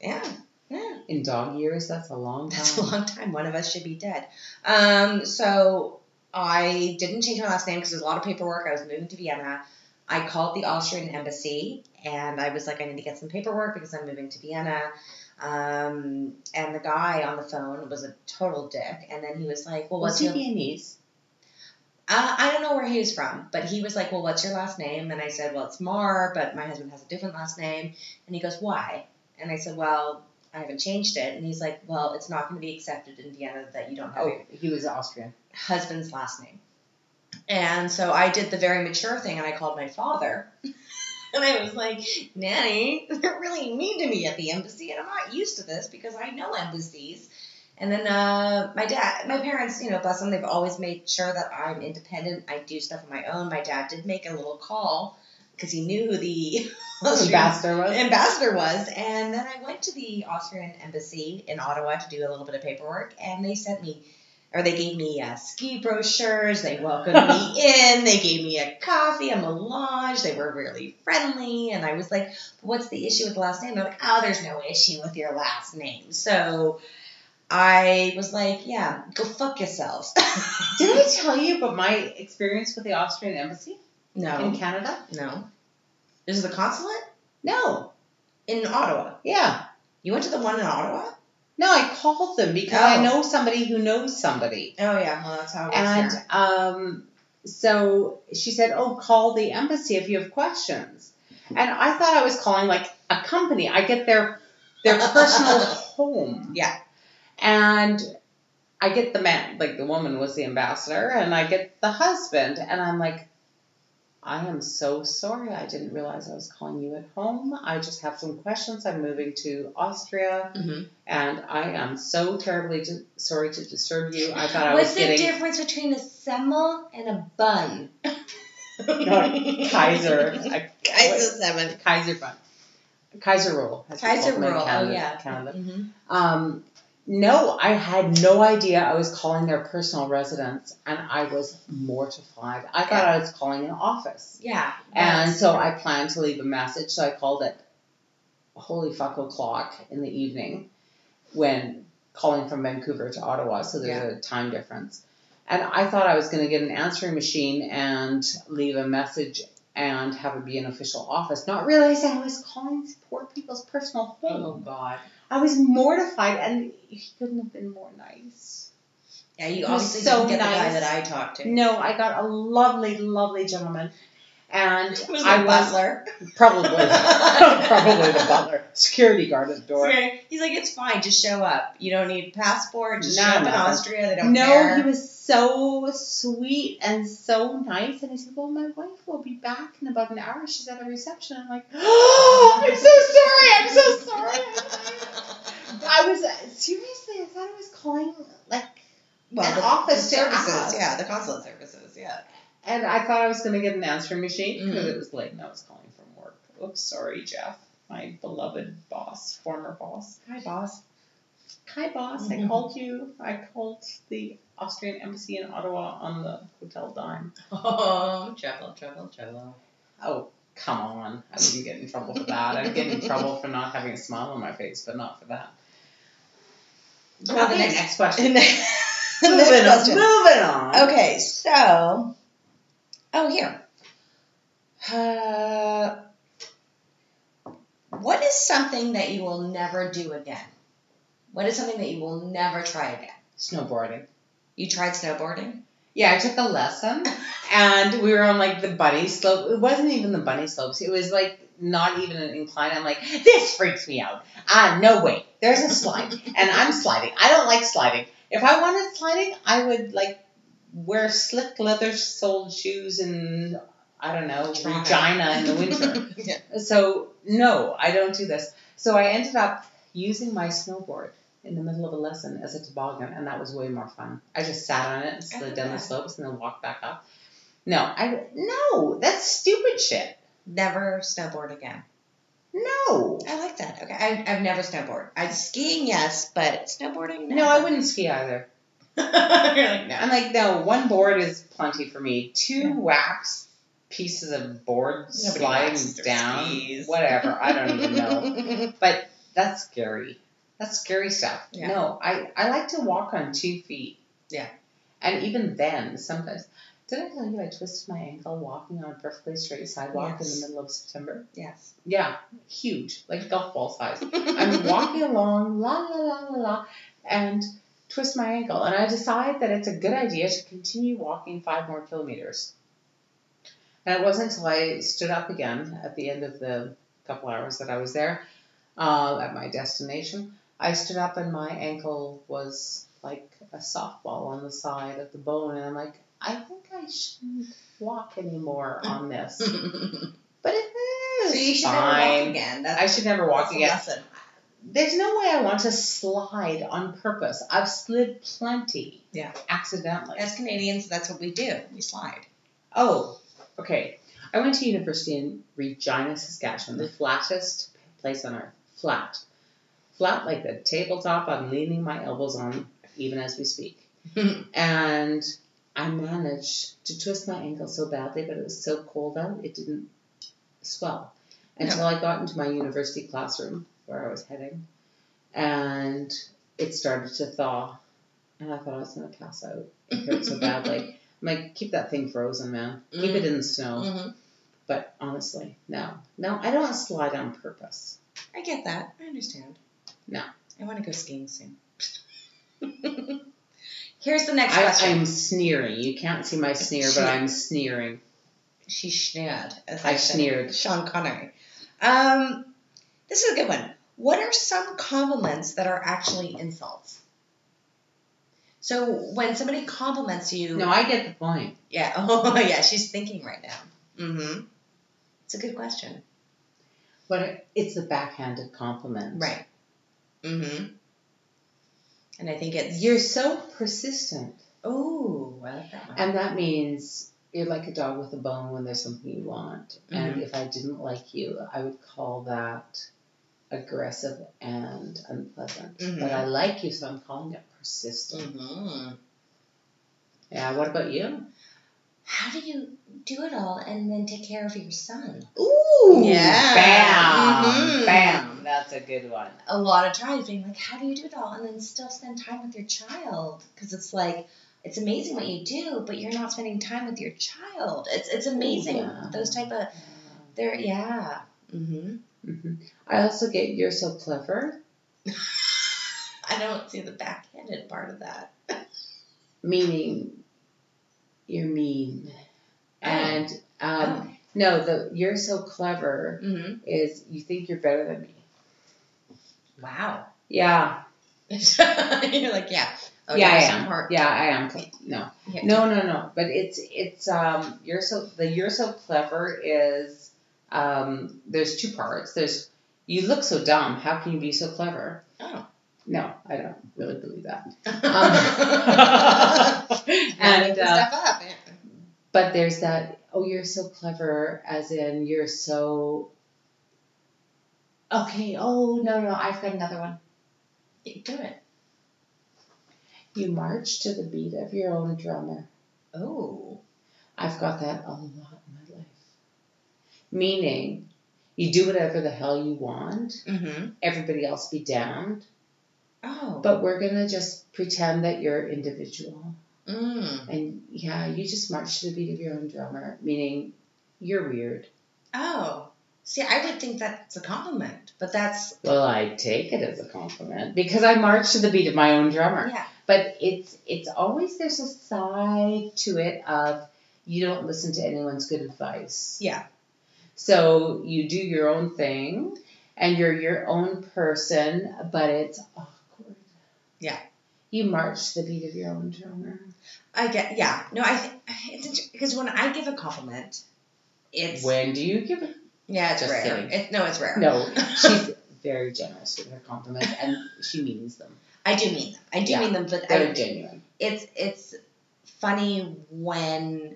S2: Yeah, yeah,
S3: In dog years, that's a long
S2: (laughs)
S3: time.
S2: that's a long time. One of us should be dead. Um, so I didn't change my last name because there's a lot of paperwork. I was moving to Vienna. I called the Austrian embassy and I was like, I need to get some paperwork because I'm moving to Vienna. Um, and the guy on the phone was a total dick. And then he was like, Well,
S3: Was
S2: what's
S3: he
S2: your
S3: Viennese?
S2: Uh, I don't know where he was from, but he was like, Well, what's your last name? And I said, Well, it's Mar, but my husband has a different last name. And he goes, Why? And I said, Well, I haven't changed it. And he's like, Well, it's not going to be accepted in Vienna that you don't have your
S3: Oh, he was Austrian.
S2: husband's last name. And so I did the very mature thing and I called my father. (laughs) and I was like, Nanny, they're really mean to me at the embassy and I'm not used to this because I know embassies. And then uh, my dad, my parents, you know, bless them, they've always made sure that I'm independent. I do stuff on my own. My dad did make a little call because he knew who the (laughs)
S3: Ambassador was.
S2: ambassador was. And then I went to the Austrian embassy in Ottawa to do a little bit of paperwork, and they sent me, or they gave me uh, ski brochures. They welcomed (laughs) me in. They gave me a coffee, a melange. They were really friendly, and I was like, "What's the issue with the last name?" They're like, "Oh, there's no issue with your last name." So. I was like, yeah, go fuck yourselves.
S3: Did I tell you about my experience with the Austrian embassy in
S2: (laughs) no,
S3: Canada?
S2: no. This is the consulate
S3: No.
S2: in Ottawa.
S3: Yeah.
S2: You went to the one in Ottawa?
S3: No, I called them because
S2: Oh.
S3: I know somebody who knows somebody.
S2: Oh yeah, well that's how it
S3: And
S2: was here.
S3: um, so she said, "Oh, call the embassy if you have questions." And I thought I was calling like a company. I get their
S2: (laughs)
S3: their personal home.
S2: Yeah.
S3: And I get the man, like the woman was the ambassador, and I get the husband, and I'm like, I am so sorry. I didn't realize I was calling you at home. I just have some questions. I'm moving to Austria
S2: Mhm.
S3: and I am so terribly di- sorry to disturb you. I thought I
S2: What's
S3: was
S2: the
S3: getting
S2: difference between a semmel and a bun?
S3: Kaiser,
S2: (laughs)
S3: (laughs) a
S2: Kaiser seven.
S3: Kaiser bun, Kaiser roll. as we
S2: Kaiser
S3: call them in
S2: roll, oh,
S3: Canada,
S2: yeah.
S3: Canada.
S2: Mm-hmm.
S3: Um, no, I had no idea I was calling their personal residence, and I was mortified. I thought I was calling an office,
S2: Yeah.
S3: and
S2: yes.
S3: so I planned to leave a message. So I called at holy fuck o'clock in the evening when calling from Vancouver to Ottawa, so there's a time difference. And I thought I was going to get an answering machine and leave a message and have it be an official office, not realizing I was calling these poor people's personal home.
S2: Oh,
S3: God. I was mortified, and he couldn't have been more nice.
S2: yeah, you
S3: was
S2: obviously
S3: so
S2: didn't get the guy
S3: nice.
S2: that I talked to.
S3: No, I got a lovely, lovely gentleman.
S2: (laughs)
S3: And
S2: It was
S3: I
S2: the
S3: was
S2: butler. (laughs)
S3: probably (laughs) probably the butler, security guard at the door.
S2: Okay. He's like, it's fine, just show up. You don't need passport. Just
S3: No,
S2: show up in
S3: nothing.
S2: Austria. They don't
S3: No,
S2: care.
S3: he was so sweet and so nice. And he said, Well, my wife will be back in about an hour. She's at a reception. I'm like, Oh, I'm so sorry. I'm so sorry. I was uh, seriously, I thought I was calling, like,
S2: (laughs) well,
S3: An
S2: the
S3: office
S2: the services.
S3: app.
S2: Yeah, the consulate services. Yeah.
S3: and I thought I was going to get an answering machine because
S2: Mhm.
S3: it was late and I was calling from work. Oops, sorry, Jeff, my beloved boss, former boss. Hi, boss. Mm-hmm. Hi, boss. I
S2: Mhm.
S3: called you. I called the Austrian embassy in Ottawa on the hotel dime.
S2: Oh, trouble, trouble, trouble.
S3: Oh, come on. I wouldn't get in trouble for that. I'd get in trouble for not having a smile on my face, but not for that.
S2: Well, the next,
S3: next question.
S2: (laughs) the next
S3: (laughs)
S2: question.
S3: Moving on.
S2: Okay, so oh here. Uh, what is something that you will never do again? What is something that you will never try again?
S3: Snowboarding.
S2: You tried snowboarding?
S3: Yeah, I took a lesson and we were on like the bunny slope. It wasn't even the bunny slopes. It was like not even an incline. I'm like, this freaks me out. Ah, no way. There's a slide and I'm sliding. I don't like sliding. If I wanted sliding, I would like wear slick leather soled shoes and I don't know,
S2: Try.
S3: Regina (laughs) in the winter.
S2: (laughs) yeah.
S3: So no, I don't do this. So I ended up using my snowboard in the middle of a lesson as a toboggan, and that was way more fun. I just sat on it and slid down the slopes and then walked back up. No, I no, that's stupid shit.
S2: Never snowboard again.
S3: No.
S2: I like that. Okay, I, I've never snowboarded. I skiing, yes, but snowboarding.
S3: No, I wouldn't ski either.
S2: wouldn't. (laughs) You're like
S3: I'm
S2: no.
S3: like, no, one board is plenty for me. Two
S2: Yeah.
S3: wax pieces of board
S2: Nobody
S3: sliding
S2: waxes their
S3: down.
S2: skis.
S3: Whatever. I don't even
S2: (laughs)
S3: know.
S2: know.
S3: That's scary. That's scary stuff.
S2: Yeah.
S3: No, I, I like to walk on two feet.
S2: Yeah.
S3: And even then, sometimes. Did I tell you I twisted my ankle walking on a perfectly straight sidewalk
S2: Yes.
S3: in the middle of September? (laughs)
S2: yes.
S3: Yeah, huge, like golf ball size. I'm walking along, la la la la la, and twist my ankle. And I decide that it's a good idea to continue walking five more kilometers. And it wasn't until I stood up again at the end of the couple hours that I was there uh, at my destination. I stood up and my ankle was like a softball on the side of the bone. And I'm like, I think I shouldn't walk anymore on this.
S2: (laughs)
S3: But it is.
S2: So you should never
S3: fine.
S2: walk again. That's,
S3: I should never walk
S2: that's a
S3: again
S2: lesson.
S3: there's no way I want to slide on purpose. I've slid plenty.
S2: Yeah.
S3: Accidentally.
S2: As Canadians, that's what we do. We slide.
S3: Oh, okay. I went to university in Regina, Saskatchewan, the flattest place on earth. Flat. Flat like the tabletop I'm leaning my elbows on even as we speak. and I managed to twist my ankle so badly, but it was so cold out, it didn't swell until I got into my university classroom where I was heading. And it started to thaw, and I thought I was gonna pass out. It hurt so badly. I'm like, keep that thing frozen, man. Keep it in the snow.
S2: Mhm.
S3: But honestly, no, no, I don't slide on purpose.
S2: I get that. I understand.
S3: No.
S2: I want to go skiing soon. (laughs) Here's the next
S3: I,
S2: question.
S3: I'm sneering. You can't see my sneer, but I'm sneering.
S2: She sneered. As
S3: I
S2: said.
S3: sneered.
S2: Sean Connery. Um, this is a good one. What are some compliments that are actually insults? So when somebody compliments you,
S3: No, I get the point.
S2: yeah, (laughs) oh yeah, she's thinking right now. Mm-hmm. It's a good question,
S3: But it, it's a backhanded compliment.
S2: right? Mm-hmm. And I think it's
S3: You're so persistent.
S2: Oh, I like that one.
S3: And that means you're like a dog with a bone when there's something you want. And if I didn't like you, I would call that aggressive and unpleasant.
S2: Mhm.
S3: But I like you, so I'm calling it persistent.
S2: mm-hmm.
S3: Yeah, what about you?
S4: How do you do it all and then take care of your son? Mm-hmm.
S3: Ooh!
S2: Yeah.
S3: Bam!
S2: Mhm.
S3: Bam! That's a good one.
S4: A lot of times being like, how do you do it all and then still spend time with your child? Because it's like, it's amazing what you do, but you're not spending time with your child. It's it's amazing
S3: Yeah.
S4: those type of they're yeah.
S2: Mm-hmm.
S3: hmm I also get you're so clever.
S4: I don't see the backhanded part of that.
S3: meaning you're mean. And um, no, the you're so clever
S2: Mm-hmm.
S3: is you think you're better than me.
S2: Wow. (laughs)
S3: Yeah,
S2: You're like, yeah. Okay,
S3: yeah, I
S2: some
S3: am.
S2: Part.
S3: Yeah, I am. cle- No,
S2: Yeah.
S3: no, no, no. But it's it's um, you're so the you're so clever is um, there's two parts. There's you look so dumb. How can you be so clever?
S2: Oh.
S3: No, I don't really believe that.
S2: (laughs) Um,
S3: and uh,
S2: stuff up.
S3: But there's that, oh, you're so clever, as in you're so. Okay, oh, no, no, I've got another one.
S2: Do it.
S3: You march to the beat of your own drummer.
S2: Oh.
S3: I've got that a lot in my life. Meaning, you do whatever the hell you want,
S2: Mm-hmm.
S3: everybody else be damned,
S2: Oh.
S3: but we're gonna just pretend that you're individual.
S2: mm.
S3: And yeah, you just march to the beat of your own drummer, meaning you're weird.
S2: Oh. See, I would think that's a compliment, but that's
S3: Well, I take it as a compliment because I march to the beat of my own drummer.
S2: yeah.
S3: But it's it's always there's a side to it of you don't listen to anyone's good advice.
S2: Yeah.
S3: So you do your own thing and you're your own person, but it's awkward.
S2: Yeah.
S3: You march to the beat of your own drummer.
S2: I get yeah. No, I think it's because when I give a compliment, it's
S3: When do you give it?
S2: (laughs) yeah, it's
S3: Just
S2: rare.
S3: kidding.
S2: It, no, it's rare.
S3: No, she's very generous with her compliments and she means them.
S2: I do mean them. I do
S3: Yeah.
S2: mean them, but
S3: They're
S2: I,
S3: genuine.
S2: it's it's funny when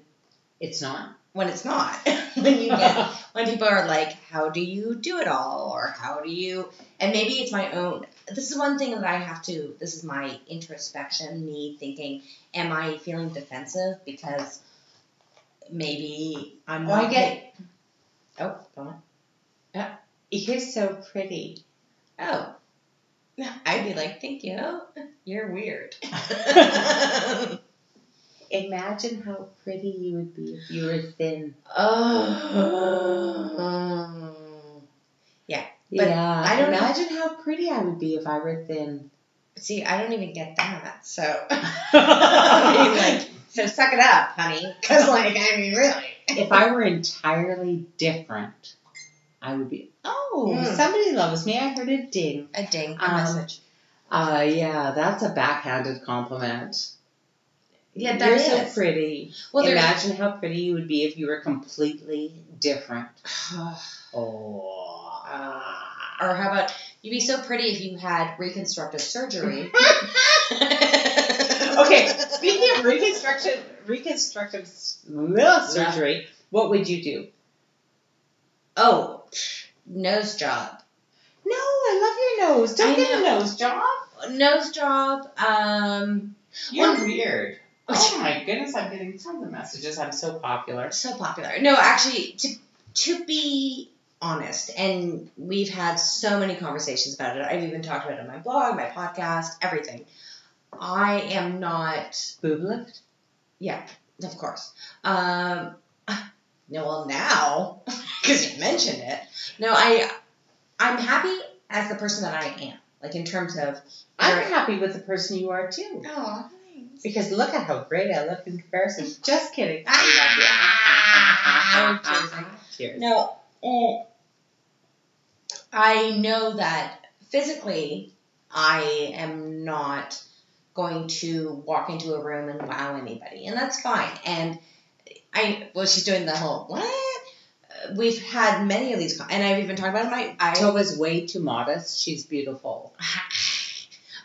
S3: It's not.
S2: when it's not when (laughs) you get when people are like, "How do you do it all?" or "How do you?" and maybe it's my own. This is one thing that I have to. This is my introspection, me thinking, "Am I feeling defensive because maybe I'm
S3: Oh, I
S2: not?"
S3: get-
S2: Oh, go on.
S3: You're so pretty.
S2: Oh, (laughs) I'd be like, "Thank you. You're
S3: (laughs)
S2: weird." (laughs)
S3: Imagine how pretty you would be if you were thin.
S2: Um, oh. But
S3: yeah.
S2: I don't know.
S3: imagine how pretty I would be if I were thin.
S2: See, I don't even get that. So. (laughs) I mean, like, so suck it up, honey. Because, like, I mean, really.
S3: if I were entirely different, I would be. Oh,
S2: Mm.
S3: somebody loves me. I heard a ding.
S2: A Um, ding,
S3: a message. Uh, yeah, that's a backhanded compliment.
S2: Yeah,
S3: You're
S2: that is.
S3: so pretty.
S2: well, there's.
S3: Imagine how pretty you would be if you were completely different.
S2: (sighs)
S3: Oh.
S2: or how about you'd be so pretty if you had reconstructive (laughs) surgery?
S3: Okay, speaking of reconstructive reconstructive s- ugh, surgery, what would you do?
S2: Oh, psh, nose job.
S3: No, I love your nose.
S2: I know.
S3: nose job.
S2: Nose job. Um, Well-
S3: weird. oh my goodness, I'm getting tons of messages. I'm so popular.
S2: so popular. No, actually, to to be honest. And we've had so many conversations about it. I've even talked about it on my blog, my podcast, everything. I am not,
S3: Boob lift?
S2: yeah, of course. Um, (laughs) no, well, now, (laughs) because you mentioned it. No, I, I'm happy as the person that I am. Like in terms of,
S3: I'm
S2: Right.
S3: happy with the person you are too.
S4: Oh,
S3: Because look at how great I look
S2: (laughs)
S3: in comparison. Just kidding.
S2: Ah!
S3: I love you. Cheers.
S2: no, eh, I know that physically, I am not going to walk into a room and wow anybody, and that's fine. And I, well, she's doing the whole what? Uh, We've had many of these, co- and I've even talked about it. My, I,
S3: Tova's way too modest.
S2: (laughs)
S3: She's beautiful.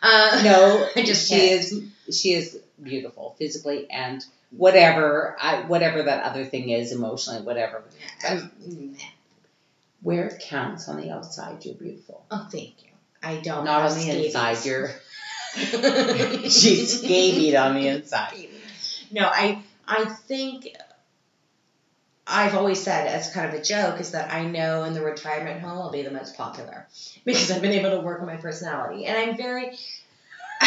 S2: uh,
S3: No,
S2: I just
S3: she is she is beautiful physically and whatever I whatever that other thing is emotionally whatever.
S2: um,
S3: Where it counts on the outside, you're beautiful.
S2: (laughs) oh, thank you. I don't.
S3: Not
S2: have
S3: on the
S2: (laughs)
S3: inside,
S2: scabies.
S3: you're (laughs) she's scabied on the inside.
S2: No, I I think I've always said as kind of a joke is that I know in the retirement home I'll be the most popular because I've been able to work on my personality and I'm very (laughs)
S3: Think
S2: (laughs)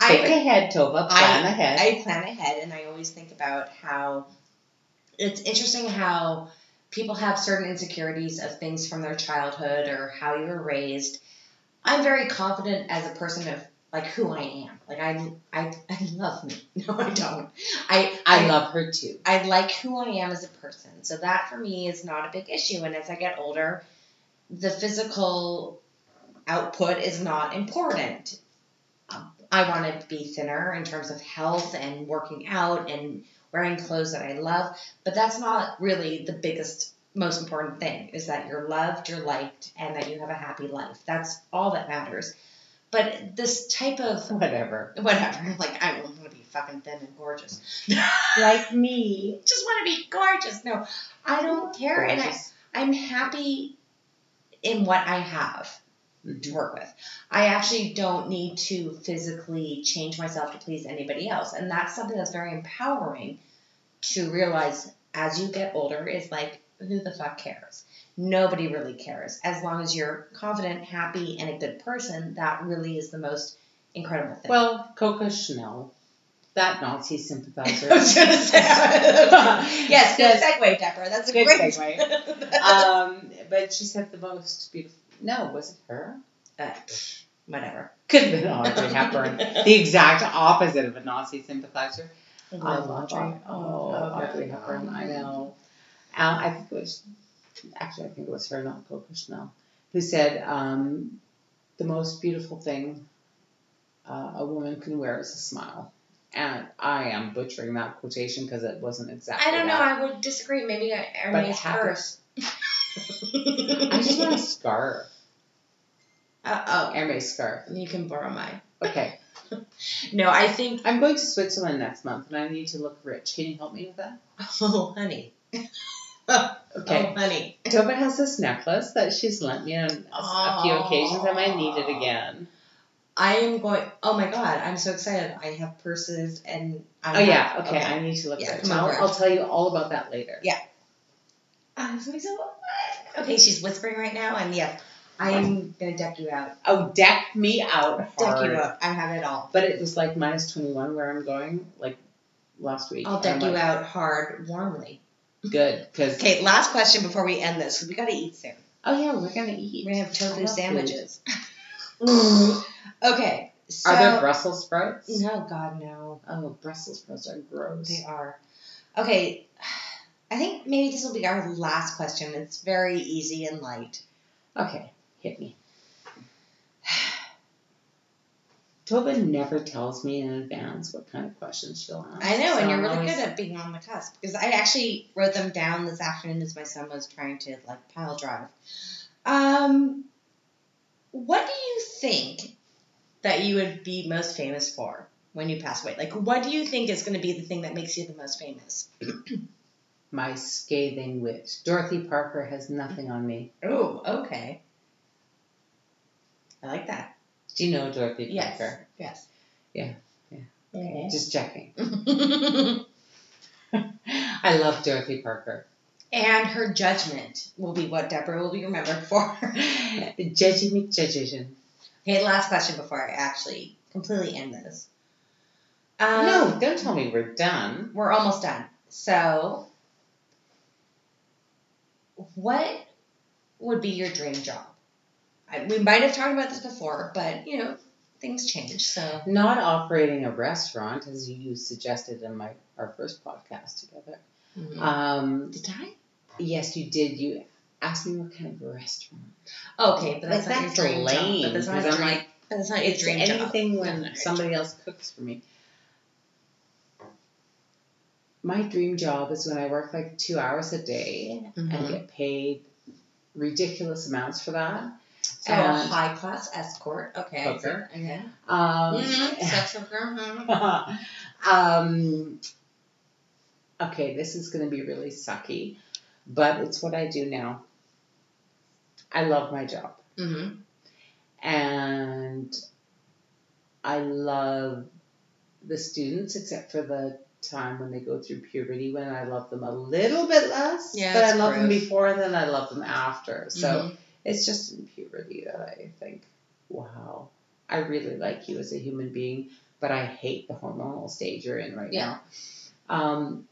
S2: I
S3: ahead, Tova. Plan ahead.
S2: I plan ahead and I always think about how it's interesting how people have certain insecurities of things from their childhood or how you were raised. I'm very confident as a person of like who I am. Like I I, (laughs) I love me. No, I don't. I
S3: I love her too.
S2: I like who I am as a person. So that for me is not a big issue. And as I get older, the physical output is not important. Um, I want to be thinner in terms of health and working out and wearing clothes that I love, but that's not really the biggest most important thing is that you're loved, you're liked, and that you have a happy life. That's all that matters. But this type of
S3: Whatever.
S2: whatever, (laughs) like I want to be fucking thin and gorgeous
S3: Like me.
S2: just want to be gorgeous. No, I don't care, and I,
S3: Gorgeous.
S2: I'm happy in what I have to
S3: Mhm.
S2: work with. I actually don't need to physically change myself to please anybody else, and that's something that's very empowering to realize as you get older is like who the fuck cares. Nobody really cares. As long as you're confident, happy, and a good person, that really is the most incredible thing.
S3: Well, Coco Chanel, that
S2: (laughs)
S3: Nazi sympathizer.
S2: (laughs) I was gonna say yes, good
S3: Yes.
S2: segue, Deborah. That's a
S3: Good
S2: great (laughs)
S3: segue. um, but she said the most beautiful. No, was it her? (laughs)
S2: Uh, pff, whatever.
S3: Could have been Audrey Hepburn. the exact opposite of a Nazi sympathizer. I love Audrey. Oh, Audrey Hepburn. I know. Um, I think it was actually I think it was her, not Coco Chanel, who said um, the most beautiful thing uh, a woman can wear is a smile. And I am butchering that quotation because it wasn't exactly.
S2: I don't know.
S3: that.
S2: I would disagree. Maybe I, I
S3: But
S2: mean, it's
S3: happy-
S2: hers.
S3: (laughs) I just want a scarf.
S2: Uh, oh,
S3: Hermes scarf.
S2: you can borrow mine.
S3: Okay.
S2: No, I think. (laughs)
S3: I'm going to Switzerland next month and I need to look rich. Can you help me with that?
S2: Oh, honey.
S3: Okay.
S2: Oh, honey.
S3: Tova has this necklace that she's lent me on a, a few
S2: Aw.
S3: occasions. I might need it again.
S2: I am going. Oh my god! I'm so excited. I have purses and. I'm
S3: oh, yeah.
S2: not-
S3: Okay. I need to look
S2: Yeah,
S3: rich.
S2: come on,
S3: I'll,
S2: rich.
S3: I'll tell you all about that later.
S2: Oh, this makes me so. Okay, she's whispering right now, and yeah, I am gonna deck you out.
S3: Oh, deck me out.
S2: Deck
S3: hard.
S2: you out. I have it all.
S3: But it was like minus 21 where I'm going like last week.
S2: I'll
S3: And I'm
S2: deck you
S3: like,
S2: out hard, warmly.
S3: Good. Because,
S2: Okay, last question before we end this, 'cause we gotta eat soon.
S3: oh, yeah, we're going to
S2: We're
S3: eat.
S2: gonna have
S3: I
S2: tofu (gasps)
S3: love
S2: sandwiches. okay. So,
S3: Are there Brussels sprouts?
S2: no, God, no.
S3: Oh, Brussels sprouts are gross.
S2: They are. Okay. I think maybe this will be our last question. It's very easy and light.
S3: Okay, hit me. (sighs) Tova never tells me in advance what kind of questions she'll ask.
S2: I know, and
S3: so
S2: you're
S3: I'm
S2: really
S3: always-
S2: good at being on the cusp because I actually wrote them down this afternoon as my son was trying to like pile drive. Um, what do you think that you would be most famous for when you pass away? Like, what do you think is going to be the thing that makes you the most famous?
S3: My scathing wit. Dorothy Parker has nothing on me.
S2: Oh, okay. I like that.
S3: Do you know Dorothy
S2: Yes.
S3: Parker?
S2: Yes. Mm-hmm.
S3: Yeah, yeah.
S2: Okay.
S3: Just checking.
S2: oh,
S3: I love Dorothy Parker.
S2: (laughs) And her judgment will be what Deborah will be remembered for. (laughs)
S3: Judgy McJudgeon.
S2: hey, last question before I actually completely end this. Um,
S3: no, don't tell me we're done.
S2: We're almost done. So, what would be your dream job? I, we might have talked about this before, but you know, things change. So,
S3: Not operating a restaurant, as you suggested in my our first podcast together.
S2: Mm.
S3: Um,
S4: Did I?
S3: yes, you did. You asked me what kind of restaurant.
S2: okay, but that's
S3: like,
S2: not your dream
S3: lame.
S2: job. But that's not your
S3: because I'm
S2: dream.
S3: like,
S2: but that's not your
S3: it's
S2: dream job.
S3: anything
S2: That's not
S3: when
S2: your
S3: somebody else cooks for me. My dream job is when I work like two hours a day
S2: Mm-hmm.
S3: and get paid ridiculous amounts for that.
S2: So a
S3: and-
S2: high class escort. Okay. I see.
S3: Hooker.
S2: Okay.
S3: Um,
S2: Mhm, Sex hooker. mhm.
S3: (laughs) um, okay, this is going to be really sucky, but it's what I do now. I love my job,
S2: Mhm.
S3: and I love the students, except for the time when they go through puberty, when I love them a little bit less.
S2: Yeah,
S3: but I
S2: it's
S3: love them
S2: gross.
S3: before, and then I love them after. So
S2: Mhm.
S3: it's just in puberty that I think, wow, I really like you as a human being, but I hate the hormonal stage you're in right
S2: Yeah.
S3: now. Um,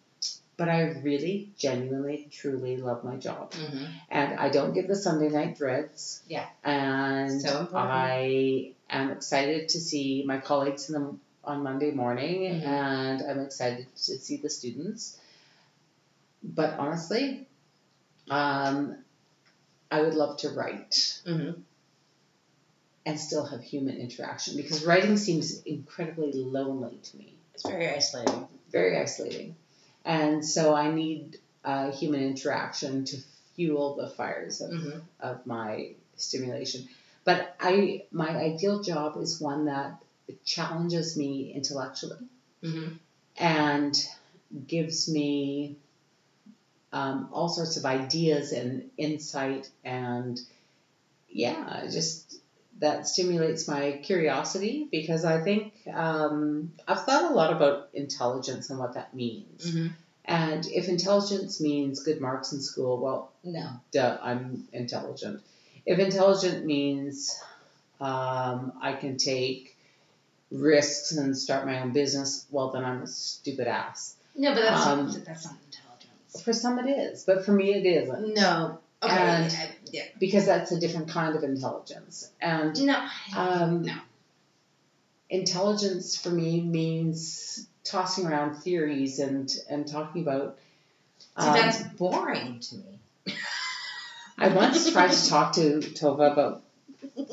S3: but I really, genuinely, truly love my job.
S2: Mhm.
S3: And I don't get the Sunday night dreads.
S2: Yeah.
S3: And
S2: So important.
S3: I am excited to see my colleagues in the, on Monday morning,
S2: Mhm.
S3: and I'm excited to see the students. But honestly, um, I would love to write
S2: Mhm.
S3: and still have human interaction because writing seems incredibly lonely to me,
S2: It's very isolating.
S3: very isolating. And so I need uh, human interaction to fuel the fires of,
S2: Mhm.
S3: of my stimulation. But I, my ideal job is one that challenges me intellectually
S2: Mhm.
S3: and gives me um, all sorts of ideas and insight and yeah just that stimulates my curiosity because i think um, i've thought a lot about intelligence and what that means
S2: Mhm.
S3: and if intelligence means good marks in school well
S2: No.
S3: duh, i'm intelligent if intelligent means um, i can take risks and start my own business well then i'm a stupid ass
S4: No, but that's
S3: Um,
S4: not, that's not intelligence.
S3: for some it is, but for me it isn't
S2: No. Okay.
S3: And-
S2: I- yeah.
S3: because that's a different kind of intelligence. And
S4: No, I don't
S3: um,
S4: No.
S3: intelligence for me means tossing around theories and and talking about.
S2: See,
S3: um,
S2: that's boring to me.
S3: I once tried to talk to Tova about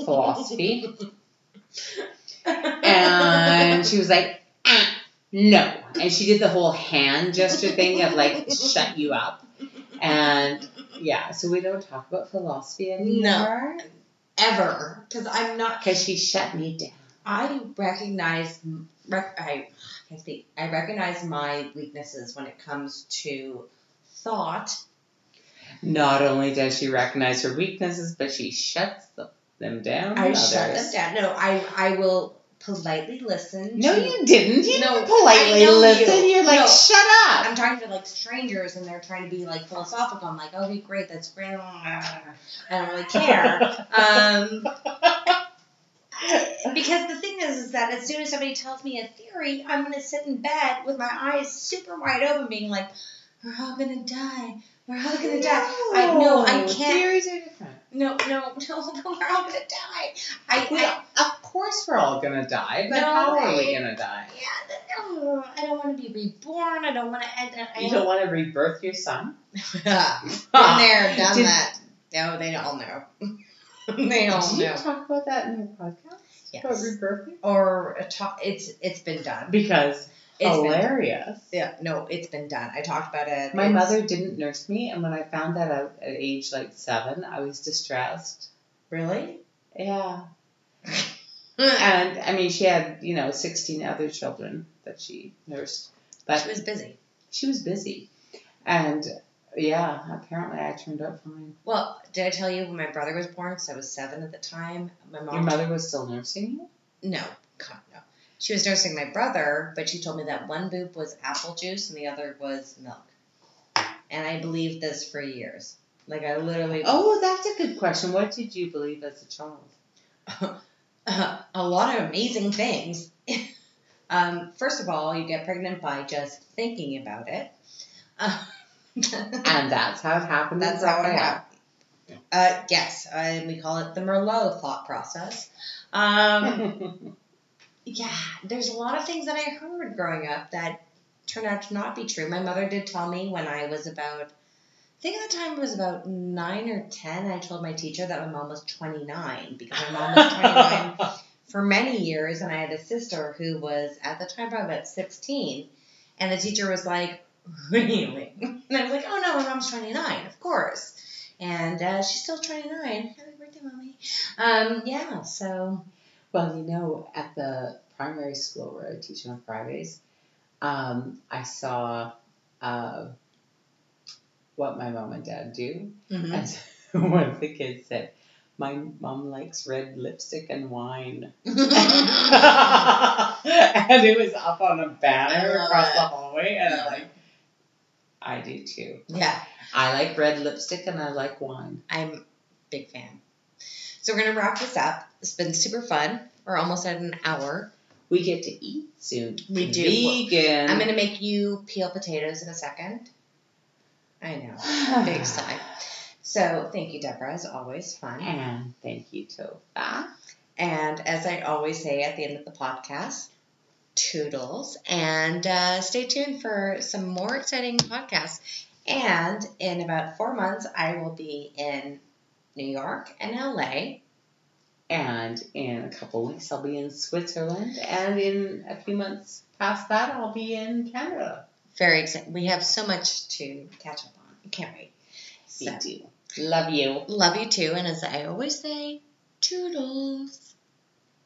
S3: philosophy, and she was like, "Ah, "No," and she did the whole hand gesture thing of like, "Shut you up," and yeah, so we don't talk about philosophy anymore
S2: Ever. Because I'm not.
S3: because she shut me down.
S2: I recognize. Rec- I can speak. I recognize my weaknesses when it comes to thought.
S3: Not only does she recognize her weaknesses, but she shuts the, them down.
S2: I
S3: on
S2: shut
S3: others.
S2: them down. No, I I will politely listen.
S3: No,
S2: to-
S3: you didn't. You
S2: No,
S3: didn't politely
S2: I know
S3: listen.
S2: you.
S3: You're like,
S2: No.
S3: shut up.
S2: I'm talking to like strangers and they're trying to be like philosophical. I'm
S4: "Oh,
S2: like, okay, great, that's great. I don't really care. Um,
S4: Because the thing is, is that as soon as somebody tells me a theory, I'm gonna sit in bed with my eyes super wide open, being like, "We're all gonna die. We're all gonna die." I know I can't.
S3: Theories are different.
S4: No, (laughs) no, no. We're all gonna die. I,
S3: Well,
S4: I
S3: of course we're all gonna die, but
S4: No,
S3: how are we
S4: I-
S3: gonna die?
S4: yeah, no, I don't want to be reborn. I don't want to end. I
S3: You don't want to rebirth your son?
S2: been there, done
S3: Ah. Did-
S2: that. No, they all know. (laughs) they all
S3: Did you
S2: know.
S3: talk about that in your podcast?
S2: Yes.
S3: About rebirthing?
S2: Or a to- it's it's been done.
S3: Because
S2: It's been
S3: hilarious.
S2: Yeah, no, it's been done. I talked about it.
S3: My
S2: It's-
S3: mother didn't nurse me, and when I found that out at age like seven, I was distressed.
S2: Really? Uh,
S3: Yeah. Uh, and I mean, she had, you know, 16 other children that she nursed,
S4: She
S3: but
S4: was busy.
S3: she was busy. And yeah, apparently I turned out fine.
S2: Well, did I tell you when my brother was born? Because I was seven at the time. My mom.
S3: Your mother was still nursing you?
S2: No, God, no. She was nursing my brother, but she told me that one boob was apple juice and the other was milk. and I believed this for years. Like I literally
S3: Oh, that's a good question. What did you believe as a child?
S2: (laughs) a lot of amazing things. (laughs) um, first of all, you get pregnant by just thinking about it. Uh,
S3: And that's how it happened. in
S2: That's how it
S3: Raphael.
S2: happened. Uh, yes, I, we call it the Merlot thought process. Um, yeah, there's a lot of things that I heard growing up that turned out to not be true. My mother did tell me when I was about, I think at the time I was about nine or ten. I told my teacher that my mom was 29 because my mom was 29 for many years, and I had a sister who was at the time probably about 16. And the teacher was like, Really? (laughs) And I was like, Oh no, my mom's 29, of course. And uh, she's still 29. Happy birthday, mommy. Um, yeah, so
S3: (laughs) Well, you know, at the primary school where I teach on Fridays, um, I saw uh, what my mom and dad do. And
S2: Mm-hmm.
S3: (laughs) one of the kids said, My mom likes red lipstick and wine. (laughs) and it was up on a banner
S2: I love
S3: across the
S2: it.
S3: hallway, and I'm
S2: Love
S3: like, I do too.
S2: (laughs) yeah,
S3: I like red lipstick and I like wine.
S2: I'm a big fan. So we're going to wrap this up. It's been super fun. We're almost at an hour.
S3: We get to eat soon.
S2: We do.
S3: Vegan.
S2: I'm going to make you peel potatoes in a second. I know.
S3: (sighs)
S2: Big sigh. So thank you, Deborah, as always. Fun.
S3: And thank you, Tofa.
S2: And as I always say at the end of the podcast, toodles. And uh, stay tuned for some more exciting podcasts. And in about four months, I will be in New York and LA.
S3: And in a couple weeks, I'll be in Switzerland. And in a few months past that, I'll be in Canada.
S2: Very excited. We have so much to catch up on. Can't wait. So,
S3: We do. Love you.
S2: love you too. And as I always say, toodles.